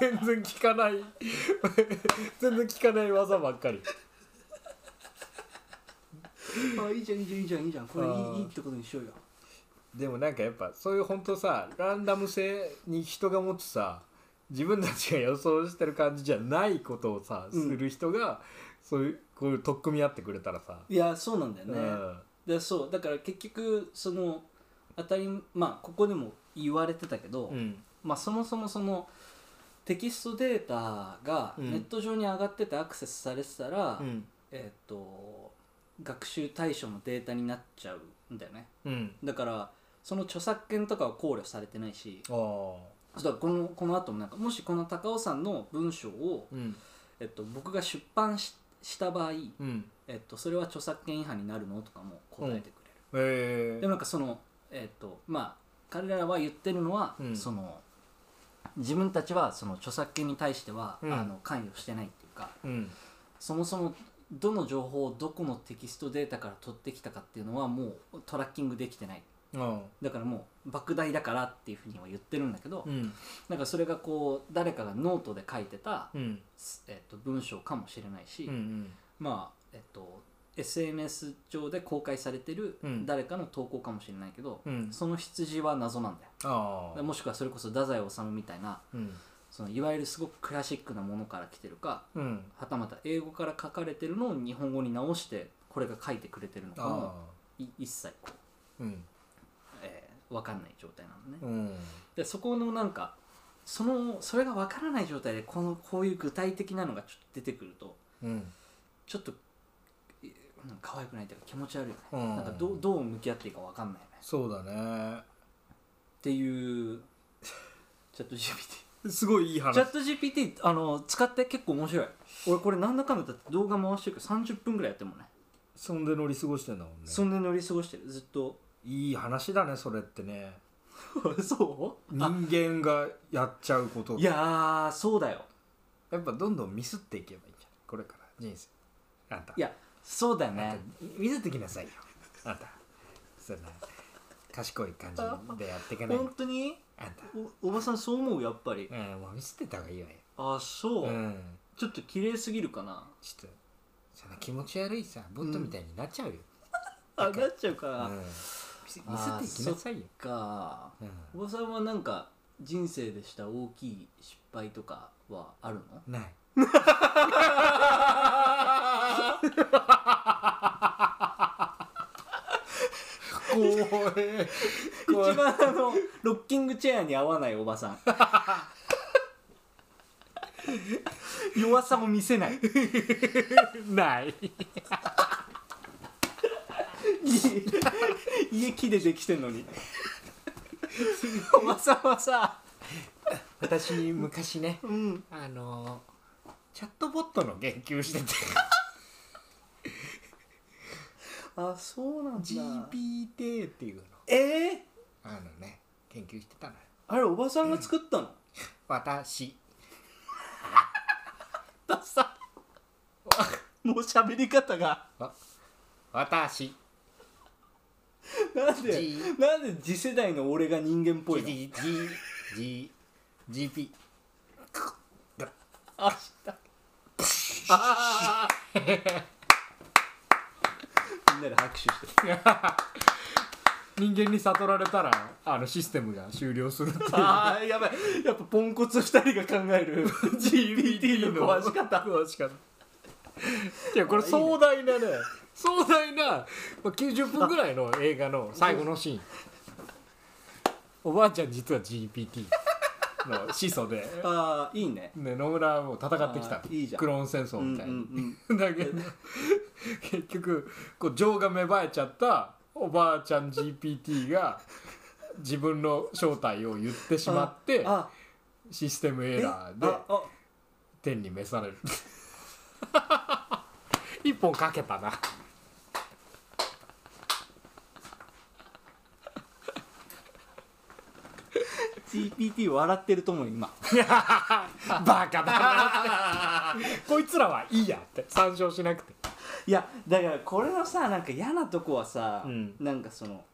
S6: 全然聞かない (laughs) 全然聞かない技ばっかり
S4: あいいじゃんいいじゃんいいじゃんいいじゃんこれい
S6: あー
S4: いいいってことにしようよ
S6: でもなんかやっぱそういう本当さランダム性に人が持つさ自分たちが予想してる感じじゃないことをさ、
S4: うん
S6: する人がそういうこういう取っ組み合ってくれたらさ、
S4: いやそうなんだよ
S6: う
S4: ね、
S6: ん
S4: でそうだから結局その当たりまあここでも言われてたけど、
S6: うん
S4: まあそもそもそのテキストデータが
S6: うん
S4: ネット上に上がっててアクセスされてたら、
S6: うん
S4: えっと学習対象のデータになっちゃうんだよね
S6: うん
S4: だからその著作権とかは考慮されてないし
S6: ああ
S4: だからこのこの後もなんかもしこの高尾さんの文章を、
S6: うん
S4: えっと、僕が出版しした場合、
S6: うん
S4: えっと、それは著作権違反になるのとかも答えてくれる、
S6: え
S4: でもなんかそのえっとまあ彼らは言ってるのは、
S6: うん
S4: その自分たちはその著作権に対しては、
S6: うん
S4: あの関与してないっていうか
S6: うん
S4: そもそもどの情報をどこのテキストデータから取ってきたかっていうのはもうトラッキングできてない
S6: うん
S4: だからもう莫大だからっていうふうには言ってるんだけど、
S6: うん
S4: なんかそれがこう誰かがノートで書いてた、
S6: うん
S4: えっと文章かもしれないし、
S6: うん
S4: まあえっと SNS 上で公開されてる
S6: うん
S4: 誰かの投稿かもしれないけど、
S6: うん
S4: その羊は謎なんだよ
S6: あ
S4: だか
S6: あ
S4: らもしくはそれこそ太宰治みたいな
S6: うん
S4: そのいわゆるすごくクラシックなものから来てるか
S6: うん
S4: はたまた英語から書かれてるのを日本語に直してこれが書いてくれてるのかも
S6: あ
S4: い一切こ
S6: ーうん
S4: う、えーわかんない状態なのね。
S6: うん
S4: でそこのなんかそのそれが分からない状態でこのこういう具体的なのがちょっと出てくると
S6: うん
S4: ちょっとえうん可愛くないというか気持ち悪いよね、
S6: うん
S4: なんかどうどう向き合っていいか分かんないよね
S6: そうだね
S4: っていうチャット GPT
S6: すごいいい話
S4: チャット GPT あの使って結構面白い俺これなんだかんだだって動画回してるけど30分ぐらいやってるもんね
S6: そんで乗り過ごしてんだもんね
S4: そんで乗り過ごしてるずっと
S6: いい話だねそれってね
S4: (laughs) そうあ
S6: 人間がやっちゃうこと
S4: いやーそうだよ
S6: やっぱどんどんミスっていけばいいんじゃないこれから人生あんた
S4: いやそうだよ
S6: あん
S4: ね
S6: たミスってきなさいよあんたそんな賢い感じでやっていかない
S4: 本当に
S6: あんた
S4: おおばさんそう思うやっぱり
S6: うんもうミスってた方がいいわよ
S4: あそう、
S6: うん
S4: ちょっと綺麗すぎるかな
S6: ちょっとそんな気持ち悪いさボットみたいになっちゃうよ、
S4: あなっちゃうから、
S6: うんミスミスっていきなさいよ
S4: か
S6: う
S4: おばさんはなんか人生でした大きい失敗とかはあるの
S6: んない怖え (laughs) 怖い
S4: 一番あのロッキングチェアに合わないおば
S6: (laughs)
S4: さん弱さも見せない
S6: ない
S4: 家木でできてんの
S6: (laughs)
S4: におばさんはさ
S6: 私昔ね
S4: うん
S6: あのチャットボットの研究してて
S4: あそうなんだ
S6: GPT っていうの
S4: えー、
S6: あのね研究してたのよ
S4: あれおばさんが作ったの、
S6: 私
S4: ださ (laughs) もう喋り方が
S6: わ私
S4: なんで
S6: じ
S4: なんで次世代の俺が人間っぽいの
S6: G G G GP
S4: 明日あーみんなで拍手して
S6: 人間に悟られたらあのシステムが終了するっていう
S4: ああやばいやっぱポンコツ2人が考える GPT の壊し方
S6: 壊し方いやこれ壮大なね壮大な、まあ、90分ぐらいの映画の最後のシーンおばあちゃん実は GPT の始祖で、
S4: ああいいね
S6: ね、野村はもう戦ってきた
S4: あーいいじゃん
S6: クローン戦争
S4: うん
S6: み
S4: うん
S6: た
S4: う
S6: いな、
S4: ん
S6: だけど結局こう情が芽生えちゃったおばあちゃん GPT が自分の正体を言ってしまって
S4: あ
S6: システムエ
S4: え
S6: ラーで
S4: ああ
S6: 天に召される (laughs) 一本かけたな (laughs)
S4: あ GPT 笑ってると思うよ
S6: (laughs)
S4: 今
S6: バカだなってこいつらはいいやって参照しなくて
S4: いやだからこれのさなんか嫌なとこはさ、
S6: うん
S4: なんかその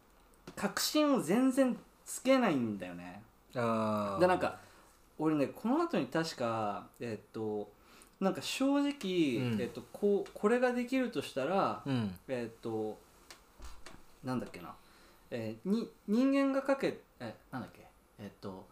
S4: 確信を全然つけないんだよね
S6: あ
S4: でなんか俺ねこの後に確かえっとなんか正直、
S6: うん
S4: えっとこうこれができるとしたら、
S6: うん
S4: えっとなんだっけな、えーに人間がかけえなんだっけえっと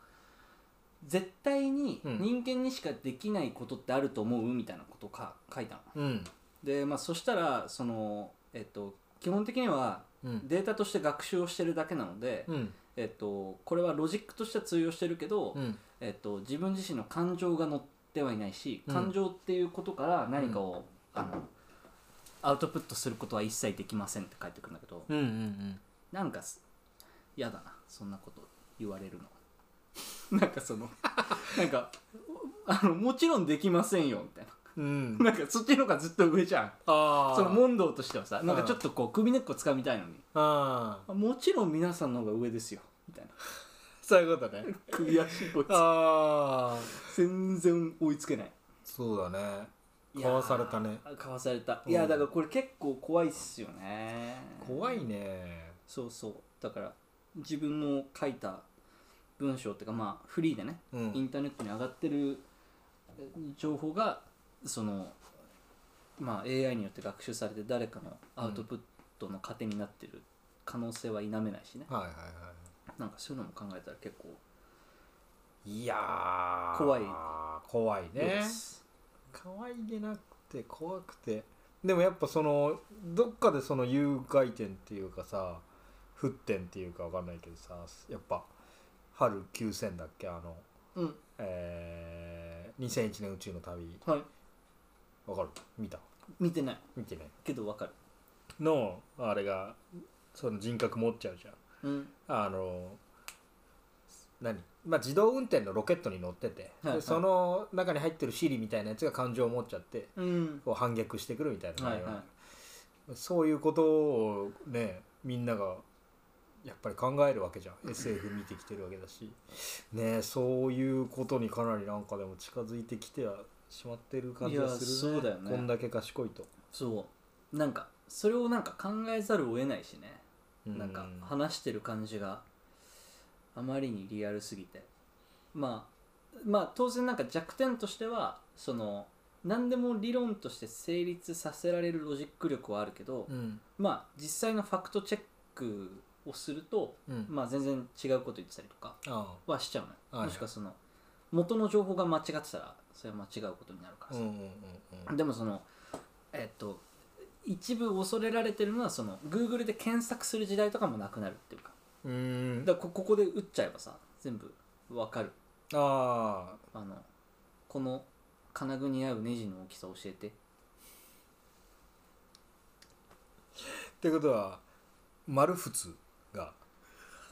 S4: 絶対に
S6: うん
S4: 人間にしかできないことってあると思うみたいなことか書いたの。
S6: うん
S4: でまあそしたらそのえっと基本的には
S6: うん
S4: データとして学習をしてるだけなので、
S6: うん
S4: えっと、これはロジックとしては通用してるけど、
S6: うん
S4: えっと、自分自身の感情が乗ってはいないし
S6: うん
S4: 感情っていうことから何かを、あのアウトプットすることは一切できませんって書いてくるんだけど、
S6: うんうん
S4: なんかす嫌だなそんなこと言われるの (laughs) なんかそのなんかあのもちろんできませんよみたいな
S6: うん
S4: なんかそっちの方がずっと上じゃん
S6: ああ
S4: その問答としてはさなんかちょっとこう首根っこつかみたいのに
S6: ああ
S4: もちろん皆さんの方が上ですよみ (laughs) たいな
S6: そういうことね
S4: 首足こいつ
S6: ああ
S4: 全然追いつけない
S6: そうだね
S4: いやー
S6: かわされたね
S4: かわされた
S6: うん
S4: いやだからこれ結構怖いっすよね
S6: 怖いね
S4: そうそうだから自分の書いた文章っていうかまあフリーでね、
S6: う
S4: インターネットに上がってるえ情報がそのまあ AI によって学習されて誰かのアウトプットの糧になってる可能性は否めないしね、
S6: はいはいは
S4: なんかそういうのも考えたら結構
S6: いいやー
S4: 怖い
S6: 怖いね
S4: です
S6: 可愛げなくて怖くてでもやっぱそのどっかでその有回転っていうかさ沸点っていうかわかんないけどさやっぱ春9000だっけあの
S4: うん
S6: えー、2001年宇宙の旅
S4: はい
S6: わかる見た
S4: 見てない
S6: 見てない
S4: けどわかる
S6: のあれがその人格持っちゃうじゃん
S4: うん
S6: あの何、まあ、自動運転のロケットに乗ってて、
S4: はいはい
S6: でその中に入ってるシリみたいなやつが感情を持っちゃって
S4: うん
S6: こう反逆してくるみたいな
S4: は
S6: 内
S4: い
S6: 容、
S4: は
S6: そういうことをねみんながやっぱり考えるわけじゃん SF 見てきてるわけだしねそういうことにかなりなんかでも近づいてきてはしまってる感じがする
S4: いやそうだよね
S6: こんだけ賢いと。
S4: いそうなんかそれをなんか考えざるを得ないしねなん
S6: う
S4: か話してる感じがあまりにリアルすぎてまあまあ当然なんか弱点としてはその何でも理論として成立させられるロジック力はあるけど、
S6: うん
S4: まあ実際のファクトチェックをすると、
S6: うん
S4: まあ全然違うこと言ってたりとか
S6: あ
S4: はしちゃうのよ、
S6: はいはい
S4: もしくはその元の情報が間違ってたらそれは間違うことになるか
S6: あ
S4: ら
S6: うん
S4: さ、
S6: うんうんうん
S4: でもそのえっと一部恐れられてるのはその Google で検索する時代とかもなくなるっていうか
S6: うーん
S4: だからこここで打っちゃえばさ全部わかる
S6: ああ
S4: あのこの金具に合うネジの大きさ教え
S6: (laughs)
S4: て
S6: ってことは丸仏が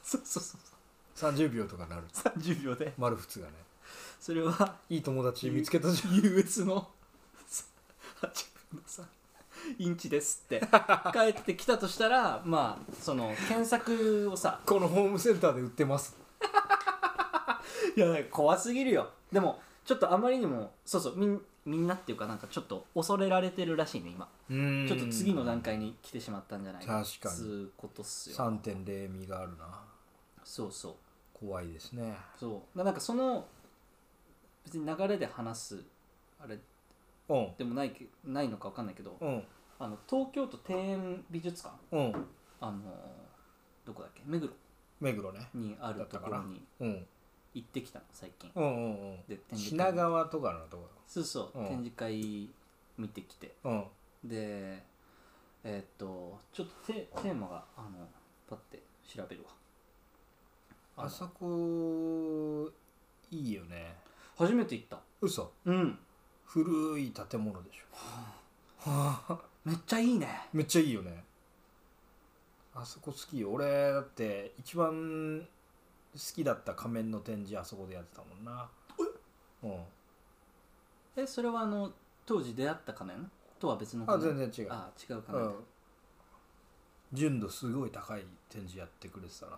S4: そうそうそう
S6: 30秒とかなる
S4: 30秒で
S6: 丸仏がね
S4: それはい
S6: い友達見つけたじゃん
S4: US の8分の3インチです (laughs) って帰ってきたとしたらまあその検索をさ
S6: このホームセンターで売ってます
S4: いや怖すぎるよでもちょっとあまりにもそうそうみんみんなっていうかなんかちょっと恐れられてるらしいね今
S6: うん
S4: ちょっと次の段階に来てしまったんじゃない
S6: 確かに
S4: つうことっすよ
S6: 3.0味があるな
S4: そうそう
S6: 怖いですね
S4: そうだなんかその別に流れで話すあれ
S6: うん
S4: でもないけないのかわかんないけど
S6: うん
S4: あの東京都庭園美術館
S6: うん
S4: あのどこだっけ目黒
S6: 目黒ね
S4: にあるところに
S6: うん
S4: 行ってきたの最近
S6: うんう
S4: で
S6: んうん
S4: 展示
S6: 品
S4: 会
S6: 川とかのとこ
S4: そうそう、
S6: うん
S4: 展示会見てきて
S6: うん
S4: でえーっとちょっとテテーマがあのパッて調べるわ
S6: あそこいいよね
S4: 初めて行った
S6: 嘘
S4: うん
S6: 古い建物でしょはあ
S4: めっちゃいいね
S6: めっちゃいいよねあそこ好きよ俺だって一番好きだった仮面の展示あそこでやってたもんなうん
S4: えそれはあの当時出会った仮面とは別の
S6: あ
S4: 仮面
S6: 全然違う
S4: あ違う仮
S6: う
S4: 面
S6: ん
S4: だ、
S6: 純度すごい高い展示やってくれてたな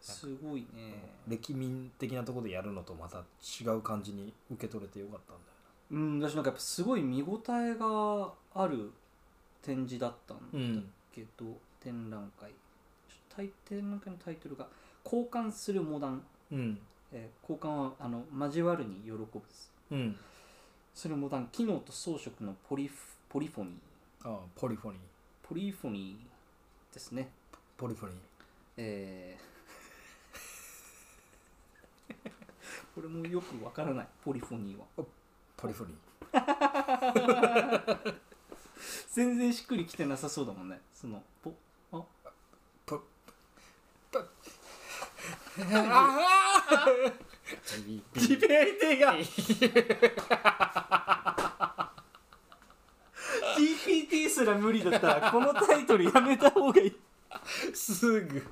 S4: すごいね
S6: 歴民的なところでやるのとまた違う感じに受け取れてよかったんだよ
S4: うん私なんかやっぱすごい見応えがある展示だったんだ
S6: うん
S4: けど、展覧会ちょっと大展覧会のタイトルが「交換するモダン」
S6: うん
S4: えー交換はあの交わるに喜ぶです
S6: うん
S4: それモダン機能と装飾のポリフポリフォニー
S6: ああポリフォニー
S4: ポリフォニーですね
S6: ポリフォニー
S4: えーこれもよくわからないポリフォニーは
S6: ポリフォニー
S4: 全然しっくりきてなさそうだもんねそのポあ
S6: ポポああ (laughs)
S4: ディベーテが GPT すら無理だったらこのタイトルやめた方がいい
S6: すぐ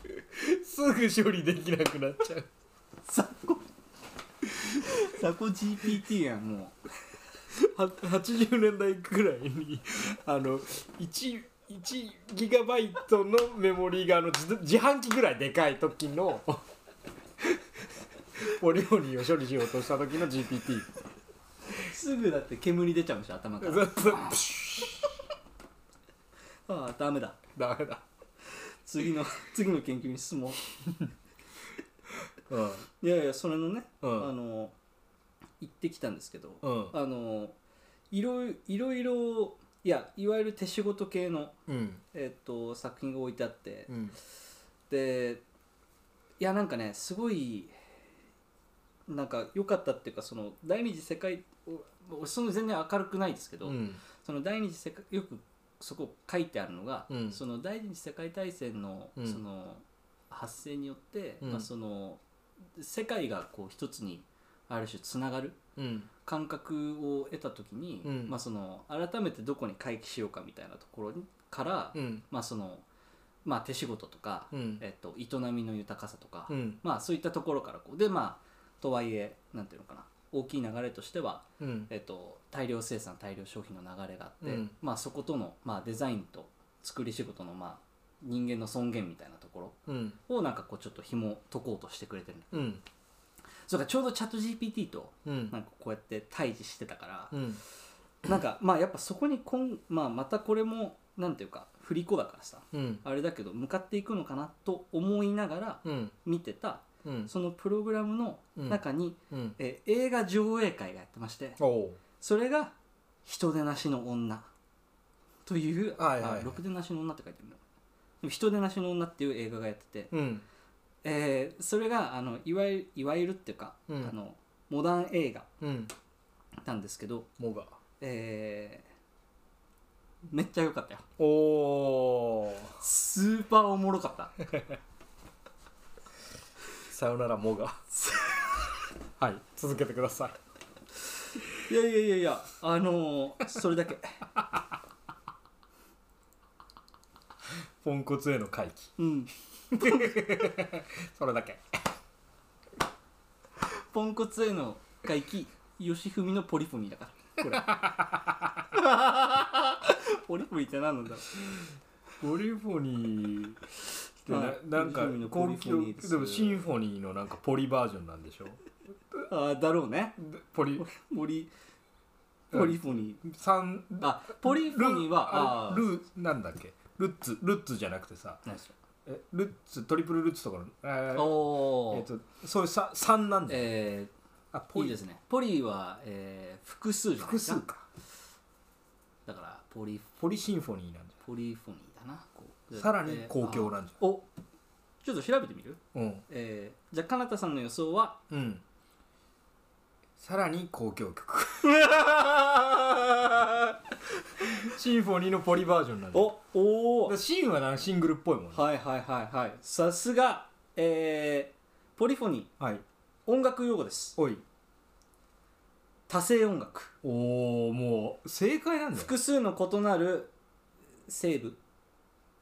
S6: すぐ処理できなくなっちゃう
S4: 雑魚雑魚 GPT やんもう
S6: は80年代くらいにあの 1, 1ギガバイトのメモリーがあの自自販機ぐらいでかい時のポリフォニーを処理しようとした時の GPT
S4: すぐだって煙出ちゃうんでしょ頭から
S6: ずっとプシュッ
S4: ああダメだ
S6: ダメだ、
S4: 次の次の研究に進も
S6: うん
S4: ういやいやそれのね、
S6: うん
S4: あの行ってきたんですけど、
S6: うん
S4: あのいろいいろいろいやいわゆる手仕事系の、
S6: うん
S4: えっと作品が置いてあって、
S6: うん
S4: でいやなんかねすごいなんか良かったっていうかその第二次世界おその全然明るくないですけど、
S6: うん
S4: その第二次世界よくそこ書いてあるのが、
S6: うん
S4: その第二次世界大戦の,、
S6: うん
S4: その発生によって、
S6: うん
S4: まあ、その世界がこう一つにある種つながる
S6: うん
S4: 感覚を得た時に、
S6: うん
S4: まあ、その改めてどこに回帰しようかみたいなところから、
S6: うん
S4: まあそのまあ、手仕事とか、
S6: うん
S4: えっと、営みの豊かさとか、
S6: うん
S4: まあ、そういったところからこうでまあとはいえなんていうのかな大きい流れとしては
S6: うん
S4: えっと、大量生産大量消費の流れがあって、
S6: うん
S4: まあ、そことの、まあ、デザインと作り仕事の、まあ、人間の尊厳みたいなとこ
S6: うん
S4: ろをなんかこうちょっと紐解こうとしてくれてる
S6: うん
S4: それからちょうどチャット GPT と
S6: うん
S4: なんかこうやって対峙してたから、
S6: うん
S4: なんかまあやっぱそこにこん、まあ、またこれもなんていうか振り子だからさ
S6: うん
S4: あれだけど向かっていくのかなと思いながら
S6: うん
S4: 見てた
S6: うん
S4: そのプログラムの中に、
S6: うん
S4: え映画上映会がやってまして
S6: おお
S4: それが「人出なしの女」という「
S6: はいはいはい
S4: あろくでなしの女」って書いてあるのでも人出なしの女」っていう映画がやってて、
S6: うん
S4: えーそれがあのいわゆるいわゆるっていうか、
S6: うん
S4: あのモダン映画
S6: うん
S4: なんですけど、
S6: もが
S4: えーめっちゃ良かったよ
S6: おお
S4: スーパーおもろかった
S6: さよならモガはい続けてください
S4: いやいやいやいやあのーそれだけ
S6: ポンコツへの回帰
S4: うん
S6: それだけ
S4: ポンコツへの回帰吉文のポリフォニーだからこれポリフォニーって何なんだろう
S6: ポリフォニーって
S4: はい
S6: ななんか
S4: ポリフォニーのポ
S6: 高級
S4: リフォニーです
S6: でもシンフォニーのなんかポリバージョンなんでしょ
S4: あーだろうね
S6: でポリ
S4: 森ポリフォニー
S6: 三
S4: あポリフォニーはあ
S6: あ
S4: ー
S6: ルなんだっけルッツルッツじゃなくてさ
S4: 何でしょ
S6: えルッツトリプルルッツとかのえ
S4: う
S6: ー
S4: お
S6: え
S4: お
S6: っとそういうさ三なんだよ
S4: え
S6: あ
S4: ー、
S6: ポ
S4: いい
S6: リ
S4: ですねポリは、えー、複数じゃない
S6: 複
S4: ですか
S6: 数か
S4: だからポリ
S6: ポリシンフォニーなんだよ
S4: ポリフォニーだなこう
S6: さらに公共なんじ
S4: ゃんおちょっと調べてみる
S6: うん
S4: えー、じゃあかなたさんの予想は
S6: うんさらに公共曲 (laughs) シンフォニーのポリバージョンなんだ
S4: おお
S6: だからシンはなシングルっぽいもんね
S4: はいはいはいはいさすがえー、ポリフォニ
S6: はい
S4: ー音楽用語です
S6: おい
S4: 多声音楽
S6: おおもう正解なんだよ
S4: 複数の異なる声部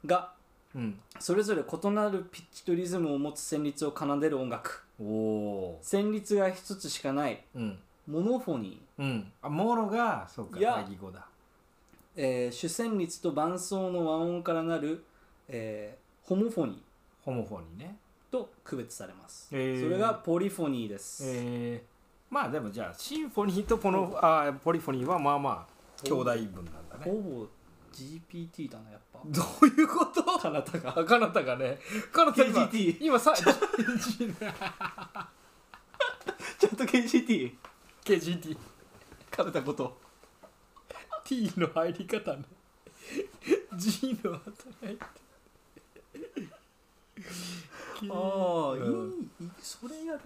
S4: が
S6: うん
S4: それぞれ異なるピッチとリズムを持つ旋律を奏でる音楽
S6: おお
S4: 旋律が一つしかない
S6: うん
S4: モノフォニー
S6: うんあモロがそうか
S4: いや
S6: 会議語だ
S4: えー主旋律と伴奏の和音からなる、えーホモフォニー
S6: ホモフォニーね
S4: と区別されます、
S6: えー
S4: それがポリフォニーです、
S6: えー、まあでもじゃあシンフォニーとポノ、あーポリフォニーはまあまあ兄弟分なんだね
S4: ほぼ GPT だなやっぱ
S6: どういうこと
S4: かなたが
S6: あかなたがねかなた今
S4: KGT
S6: 今さ
S4: ちゃんと KGT
S6: KGT
S4: かなたこと
S6: T の入り方ね G の後に入って
S4: ああ、
S6: うん
S4: いいいいそれやる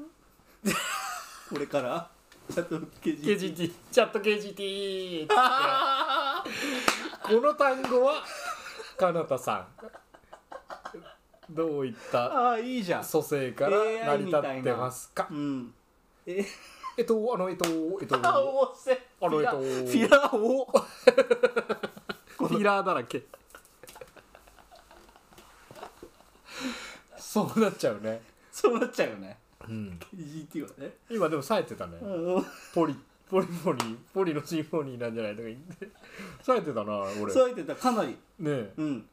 S4: (laughs) これからちゃんと KGT,
S6: KGT チャット KGT っつってこの単語はかなたさんどういった
S4: ああいいじゃん
S6: 蘇生から成
S4: AI
S6: り
S4: み
S6: 立
S4: た
S6: っ
S4: いな
S6: てますか
S4: うんえ
S6: えっとあのえっとえっと
S4: あおせ
S6: あのえっと
S4: フィラーを
S6: フィラーだらけそうなっちゃうね、
S4: そうなっちゃうよね
S6: うん、
S4: KGT はね
S6: 今でも冴えてたね、
S4: うん
S6: ポリポリフォニーポリのシンフォニーなんじゃないとか言って冴えてたな俺
S4: そうやってたかなり
S6: ねえ
S4: うん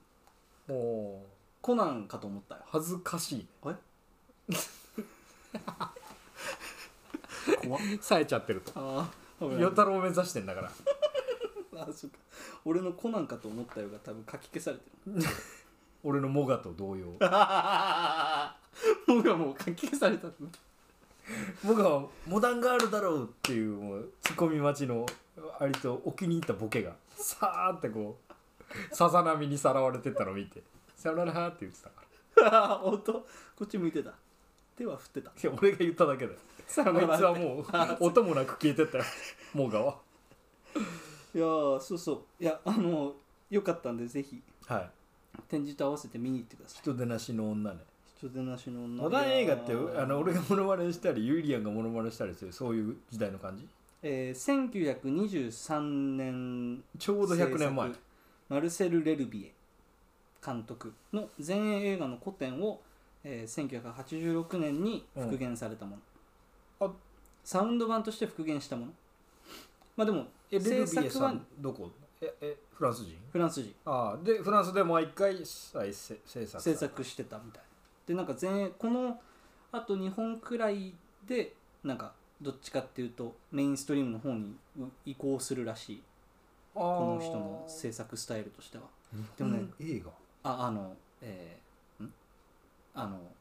S6: もう
S4: コナンかと思ったよ
S6: 恥ずかしい
S4: あれ怖っ
S6: 冴えちゃってると
S4: ああ
S6: 与太郎を目指してんだから
S4: あそうか俺のコナンかと思ったよが多分書き消されてる (laughs)
S6: 俺のモガと同様
S4: 僕はもう書き消されたんだ
S6: モガはモダンガールだろうっていうもうツッコミ待ちの割とお気に入ったボケがさーってこうさざ波にさらわれてったのを見て「さよなら」って言ってたから
S4: ああ (laughs) 本当こっち向いてた手は振ってた
S6: いや俺が言っただけ (laughs) だよ
S4: (laughs)
S6: さよならあいつはもう音もなく消えてったよモガはい
S4: やーそうそういやあのよかったんでぜひ
S6: はい
S4: 展示と合わせて見に行ってください
S6: 人出なしの女ね
S4: 人手なしの女
S6: モダン映画って
S4: いやー
S6: あの俺がモノマネしたりユイリアンがモノマネしたりするそういう時代の感じ
S4: えー、1923年
S6: ちょうど100年前
S4: 制作マルセル・レルビエ監督の前衛映画の古典を、えー、1986年に復元されたもの、
S6: うんあ
S4: サウンド版として復元したものまあでも
S6: えレル
S4: 制
S6: ビ
S4: 作
S6: エさ
S4: は
S6: んどこええフランス人
S4: フランス人
S6: ああでフランスで毎回再制制作さ
S4: 制
S6: れた
S4: 作してたみたいでなんか前衛このあと2本くらいでなんかどっちかっていうとメインストリームの方に移行するらしい
S6: こ
S4: この人の制作スタイルとしては
S6: でもね映画
S4: ああのえー、んあの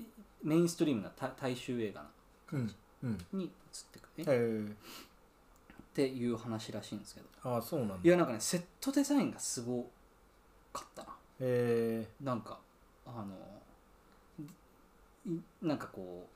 S4: いメインストリームな大大衆映画
S6: うんうん
S4: に移ってくえ
S6: え
S4: っ
S6: ー、
S4: ていう話らしいんですけど
S6: ああそうなんだ
S4: いやなんかねセットデザインがすごかったな
S6: え
S4: なんかあのいなんかこう、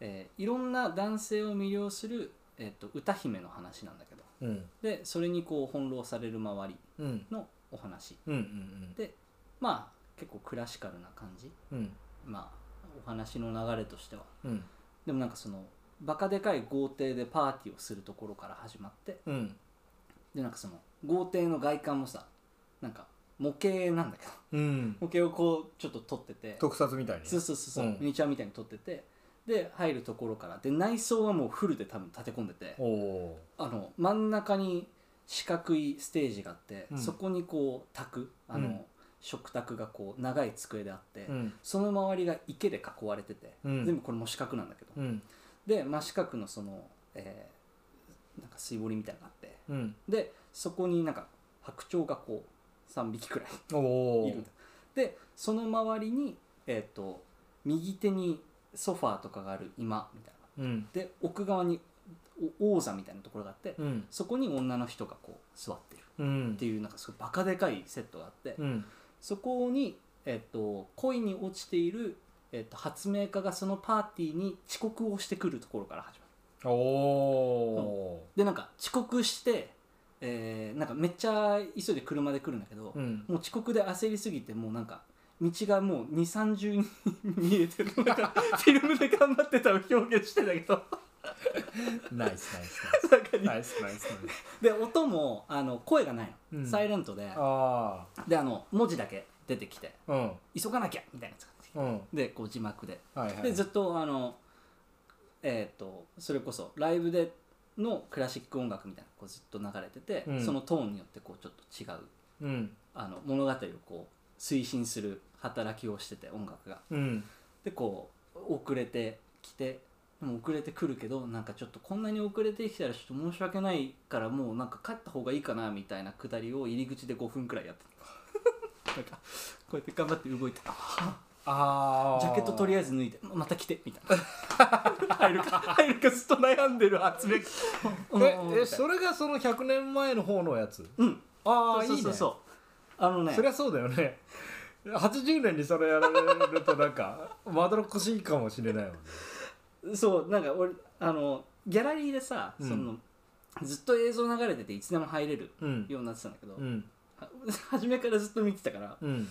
S4: えーいろんな男性を魅了する、えっと歌姫の話なんだけど
S6: ー、うん
S4: でそれにこう翻弄される周り
S6: うん
S4: のお話
S6: うんうん
S4: でまあ結構クラシカルな感じ
S6: うんうん
S4: まあお話の流れとしては
S6: うん
S4: でもなんかそのバカでかい豪邸でパーティーをするところから始まって
S6: うん
S4: でなんかその豪邸の外観もさなんか模型なんだけど
S6: うん
S4: 模型をこうちょっと撮ってて
S6: 特撮みたいに
S4: そうそうそうそう、
S6: うん
S4: ミニチュアみたいに撮っててで入るところからで内装はもうフルで多分立て込んでて
S6: おお
S4: あの真ん中に四角いステージがあって、
S6: うん
S4: そこにこう卓あの、
S6: うん
S4: 食卓がこう長い机であって、
S6: ーうん
S4: その周りが池で囲われてて、
S6: うん
S4: 全部これも四角なんだけど、
S6: うん
S4: で真四角のその、えーなんか水堀みたいなのがあって
S6: うん
S4: でそこになんか白鳥がこう3匹くらい
S6: おお
S4: いるでその周りに、えー、と右手にソファーとかがある居間みたいな
S6: うん
S4: で奥側にお王座みたいなところがあって、
S6: うん
S4: そこに女の人がこう座ってる
S6: うん
S4: っていうなんかすごいバカでかいセットがあって、
S6: うん
S4: そこに、えっと、恋に落ちている、えっと、発明家がそのパーティーに遅刻をしてくるところから始まる
S6: おお
S4: でなんか遅刻して、えーなんかめっちゃ急いで車で来るんだけど、
S6: うん
S4: もう遅刻で焦りすぎてもうなんか道がもう2 3 0人見えてるなんかフィルムで頑張ってたの表現してたけど
S6: ナイスナイス
S4: 中に
S6: ナイスナイスナイスナイス
S4: で音もあの声がないの、
S6: うん
S4: サイレントで
S6: あ
S4: であの文字だけ出てきて
S6: あうん
S4: 急がなきゃみたいなやつが出てきて
S6: うん
S4: でこう字幕で
S6: はいはい
S4: でずっとあのえっ、とそれこそライブでのクラシック音楽みたいなのがこうずっと流れてて、
S6: うん
S4: そのトーンによってこうちょっと違う
S6: うん
S4: あの物語をこう推進する働きをしてて音楽が。
S6: うん
S4: でこう遅れてきてでも遅れてくるけどなんかちょっとこんなに遅れてきたらちょっと申し訳ないからもうなんか帰った方がいいかなみたいなくだりを入り口で5分くらいやってた (laughs) なんかこうやって頑張って動いて
S6: ああ
S4: ジャケットとりあえず脱いでままた着てみたいな (laughs) 入るか入るかずっと悩んでる発明
S6: ええそれがその100年前の方のやつ
S4: うん
S6: ああいい
S4: そう
S6: ね
S4: そうそうあのね
S6: そりゃそうだよね80年にそれやられるとなんかまどろっこしいかもしれないもんね
S4: そうなんか俺あのギャラリーでさ、
S6: うん
S4: そのずっと映像流れてていつでも入れる
S6: うん
S4: ようになってたんだけど、
S6: うん
S4: は (laughs) 初めからずっと見てたから
S6: うん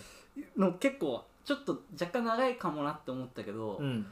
S4: の結構ちょっと若干長いかもなって思ったけど、
S6: うん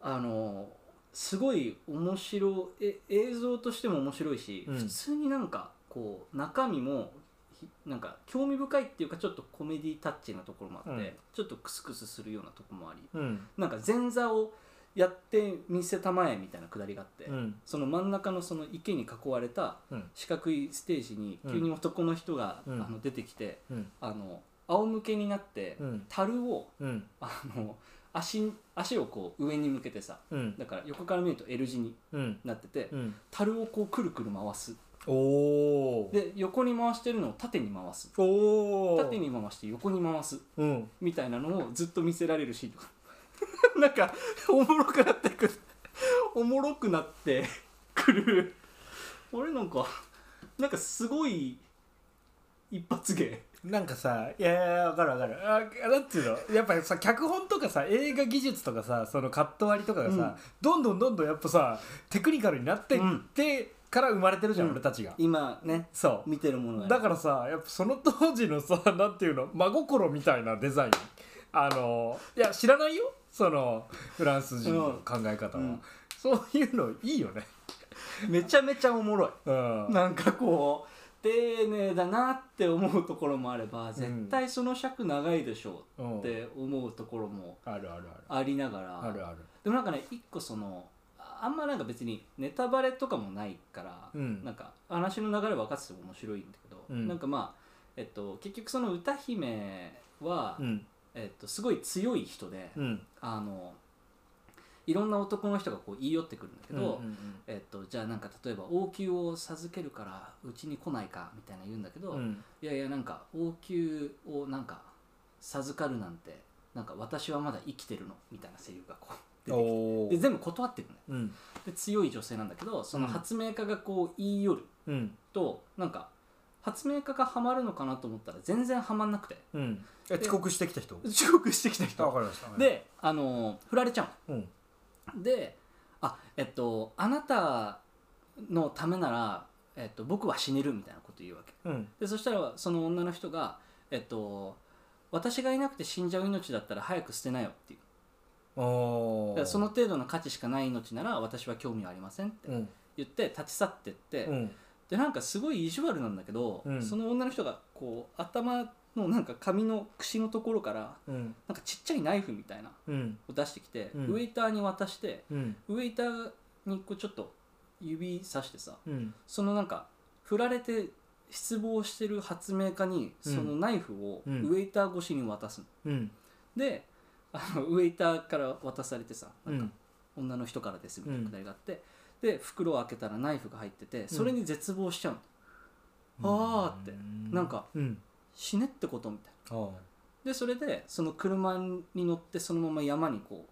S4: あのすごい面白いえ映像としても面白いし、
S6: うん
S4: 普通になんかこう中身もひなんか興味深いっていうかちょっとコメディタッチなところもあって、
S6: うん
S4: ちょっとクスクスするようなところもあり
S6: うん
S4: なんか前座をやって見せたまえみたいなくだりがあって、
S6: うん
S4: その真ん中のその池に囲われた
S6: うん
S4: 四角いステージに
S6: うん
S4: 急に男の人が、
S6: うん
S4: あの出てきて、
S6: うん
S4: あの仰向けになって、
S6: うん
S4: 樽を
S6: うん
S4: あの足足をこう上に向けてさ
S6: うん
S4: だから横から見ると L 字に
S6: うん
S4: なってて、
S6: うん
S4: 樽をこうくるくる回す
S6: おお
S4: で横に回してるのを縦に回す
S6: おお
S4: 縦に回して横に回す
S6: うん
S4: みたいなのをずっと見せられるシーンとか (laughs) なんかおもろくなってくるおもろくなってくる俺なんかなんかすごい一発芸
S6: なんかさいやいや分かる分かるあなんていうのやっぱりさ脚本とかさ映画技術とかさそのカット割りとかがさ、
S4: うん
S6: どんどんどんどんやっぱさテクニカルになってってから生まれてるじゃん、
S4: うん
S6: 俺たちが、
S4: 今ね
S6: そう
S4: 見てるものが
S6: だからさやっぱその当時のさ (laughs) なんていうの真心みたいなデザインあのいや知らないよそのフランス人の考え方は、
S4: うん
S6: そういうのいいよね
S4: めちゃめちゃおもろい
S6: う
S4: (laughs)
S6: ん
S4: なんかこう丁寧だなって思うところもあれば絶対その尺長いでしょ
S6: う
S4: うんって思うところも
S6: あるあるある
S4: ありながら
S6: あるある
S4: でもなんかね一個そのああんまなんか別にネタバレとかもないから、
S6: うん
S4: なんか話の流れ分かってても面白いんだけど、
S6: うん
S4: なんかまあ、えっと、結局その歌姫は、
S6: うん
S4: えっと、すごい強い人で、
S6: うん
S4: あのいろんな男の人がこう言い寄ってくるんだけど、
S6: うんうん
S4: えっと、じゃあなんか例えば王宮を授けるからうちに来ないかみたいな言うんだけど、
S6: うん
S4: いやいやなんか王宮をなんか授かるなんてなんか私はまだ生きてるのみたいなセリフがこう出てきて
S6: お
S4: で
S6: ー
S4: 全部断ってるのね
S6: うん
S4: で強い女性なんだけどその
S6: うん
S4: 発明家がこう言い寄る
S6: うん
S4: と、なんか発明家がハマるのかなと思ったら全然ハマんなくて
S6: うんえ遅刻してきた人
S4: 遅刻してきた
S6: あ
S4: 人
S6: わかりました
S4: であのー振られちゃうの
S6: うん
S4: であえっとあなたのためなら、えっと、僕は死ねるみたいなこと言うわけ
S6: うん
S4: でそしたらその女の人がえっと私がいなくて死んじゃう命だったら早く捨てなよっていう
S6: お
S4: だ
S6: ー
S4: からその程度の価値しかない命なら私は興味はありませんって
S6: うん
S4: 言って立ち去ってって、
S6: うん
S4: でなんかすごい意地悪なんだけど、
S6: うん
S4: その女の人がこう頭のなんか髪の櫛のところから
S6: うん
S4: なんかちっちゃいナイフみたいなの
S6: うん
S4: を出してきて、
S6: うん
S4: ウェイターに渡して
S6: うん
S4: ウェイターにこうちょっと指さしてさ
S6: うん
S4: そのなんか振られて失望してる発明家にそのナイフをウ
S6: うん
S4: ェイター越しに渡すの、
S6: うん
S4: であのウェイターから渡されてさ
S6: う
S4: なんか
S6: ん
S4: 女の人からですみたいなくだりがあって、で袋を開けたらナイフが入っててそれに絶望しちゃうの、あーってなんか
S6: うん
S4: 死ねってことみたい
S6: あー
S4: なでそれでその車に乗ってそのまま山にこ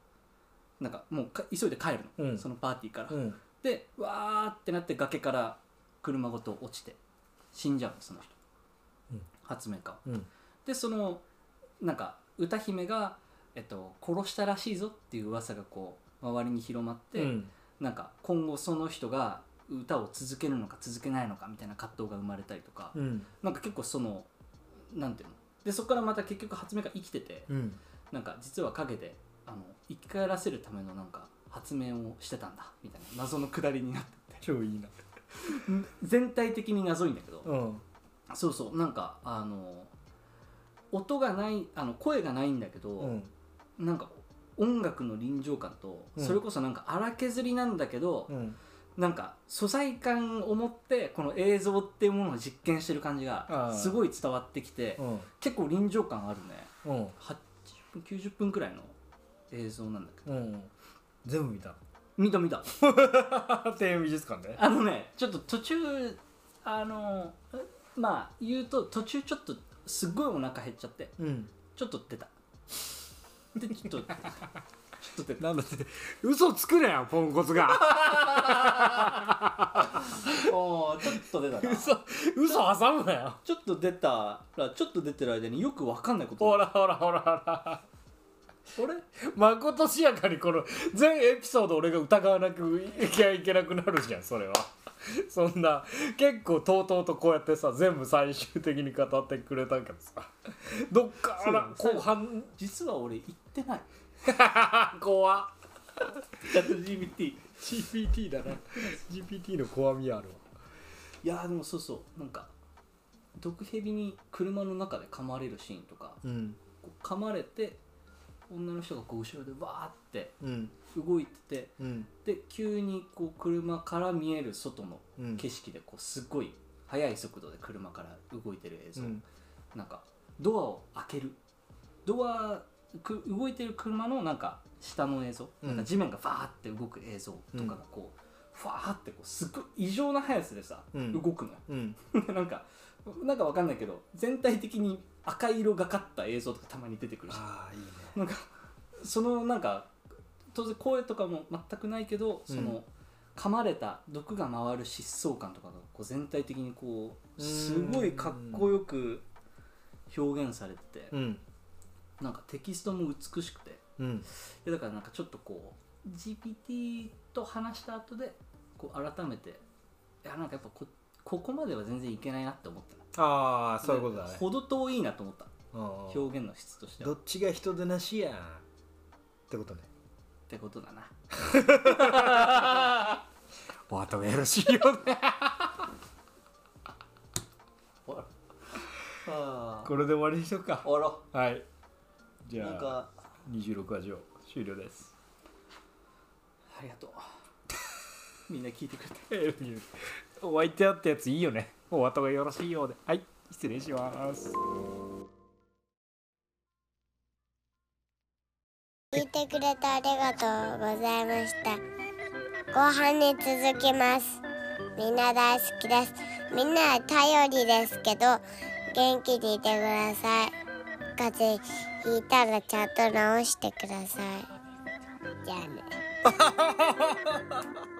S4: うなんかもうか急いで帰るの、
S6: うん
S4: そのパーティーから、
S6: うん
S4: でわーってなって崖から車ごと落ちて死んじゃうのその人、
S6: うん
S4: 発明家は
S6: うん
S4: でそのなんか歌姫が、えっと、殺したらしいぞっていう噂がこう周りに広まって、
S6: うん
S4: なんか今後その人が歌を続けるのか続けないのかみたいな葛藤が生まれたりとか、
S6: うん
S4: なんか結構そのなんていうのでそこからまた結局発明が生きてて、
S6: うん
S4: なんか実は陰であの生き返らせるためのなんか発明をしてたんだみたいな謎のくだりになって
S6: 超いいな
S4: 全体的に謎いんだけど、
S6: うん
S4: そうそうなんかあの音がないあの声がないんだけど、
S6: うん
S4: なんか音楽の臨場感と、
S6: うん
S4: それこそなんか荒削りなんだけど、
S6: うん
S4: なんか素材感を持ってこの映像っていうものを実験してる感じ
S6: あ
S4: が
S6: ー
S4: すごい伝わってきて、
S6: うん
S4: 結構臨場感あるね
S6: うん
S4: 80分90分くらいの映像なんだけど
S6: うん全部見た
S4: 見た見た
S6: 庭園美術館で
S4: あのねちょっと途中あのまあ言うと途中ちょっとすっごいお腹減っちゃって
S6: うん
S4: ちょっと出たでちょっとちょっと出た
S6: なんだって嘘つくなよポンコツが
S4: おーちょっと出たな
S6: (laughs) 嘘嘘挟むなよ
S4: ちょっと出たらちょっと出てる間によくわかんないこと
S6: ほらほらほらほら
S4: 俺
S6: (laughs) まことしやかにこの全エピソード俺が疑わなくいきゃいけなくなるじゃんそれは (laughs) そんな結構とうとうとこうやってさ全部最終的に語ってくれたけどさどっから
S4: そう
S6: 後半
S4: 実は俺行ってない
S6: 怖っ
S4: チャット GPT い
S6: GPT だな GPT の怖みあるわ
S4: やーでもそうそうなんか毒蛇に車の中で噛まれるシーンとか
S6: うん
S4: こう噛まれて女の人がこう後ろでわーって
S6: うん
S4: 動いてて
S6: うん
S4: で急にこう車から見える外の
S6: うん
S4: 景色でこうすごい速い速度で車から動いてる映像、
S6: うん
S4: なんかドアを開けるドアく動いてる車のなんか下の映像、
S6: うん
S4: なんか地面がファーって動く映像とかがこう、ファーってこうすっごい異常な速さでさ、
S6: うん
S4: 動くのよ (laughs)
S6: うん
S4: なんかなんかわかんないけど全体的に赤色がかった映像とかたまに出てくるし
S6: ああいいね
S4: なんかそのなんか当然声とかも全くないけどその、
S6: うん
S4: 噛まれた毒が回る疾走感とかがこう全体的にこうすごいかっこよく表現されてて、
S6: うん
S4: なんかテキストも美しくて
S6: うん
S4: でだからなんかちょっとこう GPT と話した後でこう改めていやなんかやっぱこここまでは全然いけないなって思ったな
S6: ああそういうことだね
S4: ほど遠いなと思った
S6: うんうん
S4: 表現の質としては
S6: ど
S4: っ
S6: っちが人でなしやってことね
S4: てことだな
S6: お後がよろしいよね
S4: あ
S6: (laughs) これで終わりにしようか
S4: あら
S6: はいじ
S4: なん
S6: ゃあ
S4: か
S6: 26話上終了です
S4: ありがとうみんな聞いてくれて
S6: お相手だったやついいよねお後がよろしいようではい失礼します
S5: 聞いてくれてありがとうございました後半に続きますみんな大好きですみんな頼りですけど元気にいてください風邪ひいたらちゃんと治してくださいじゃあね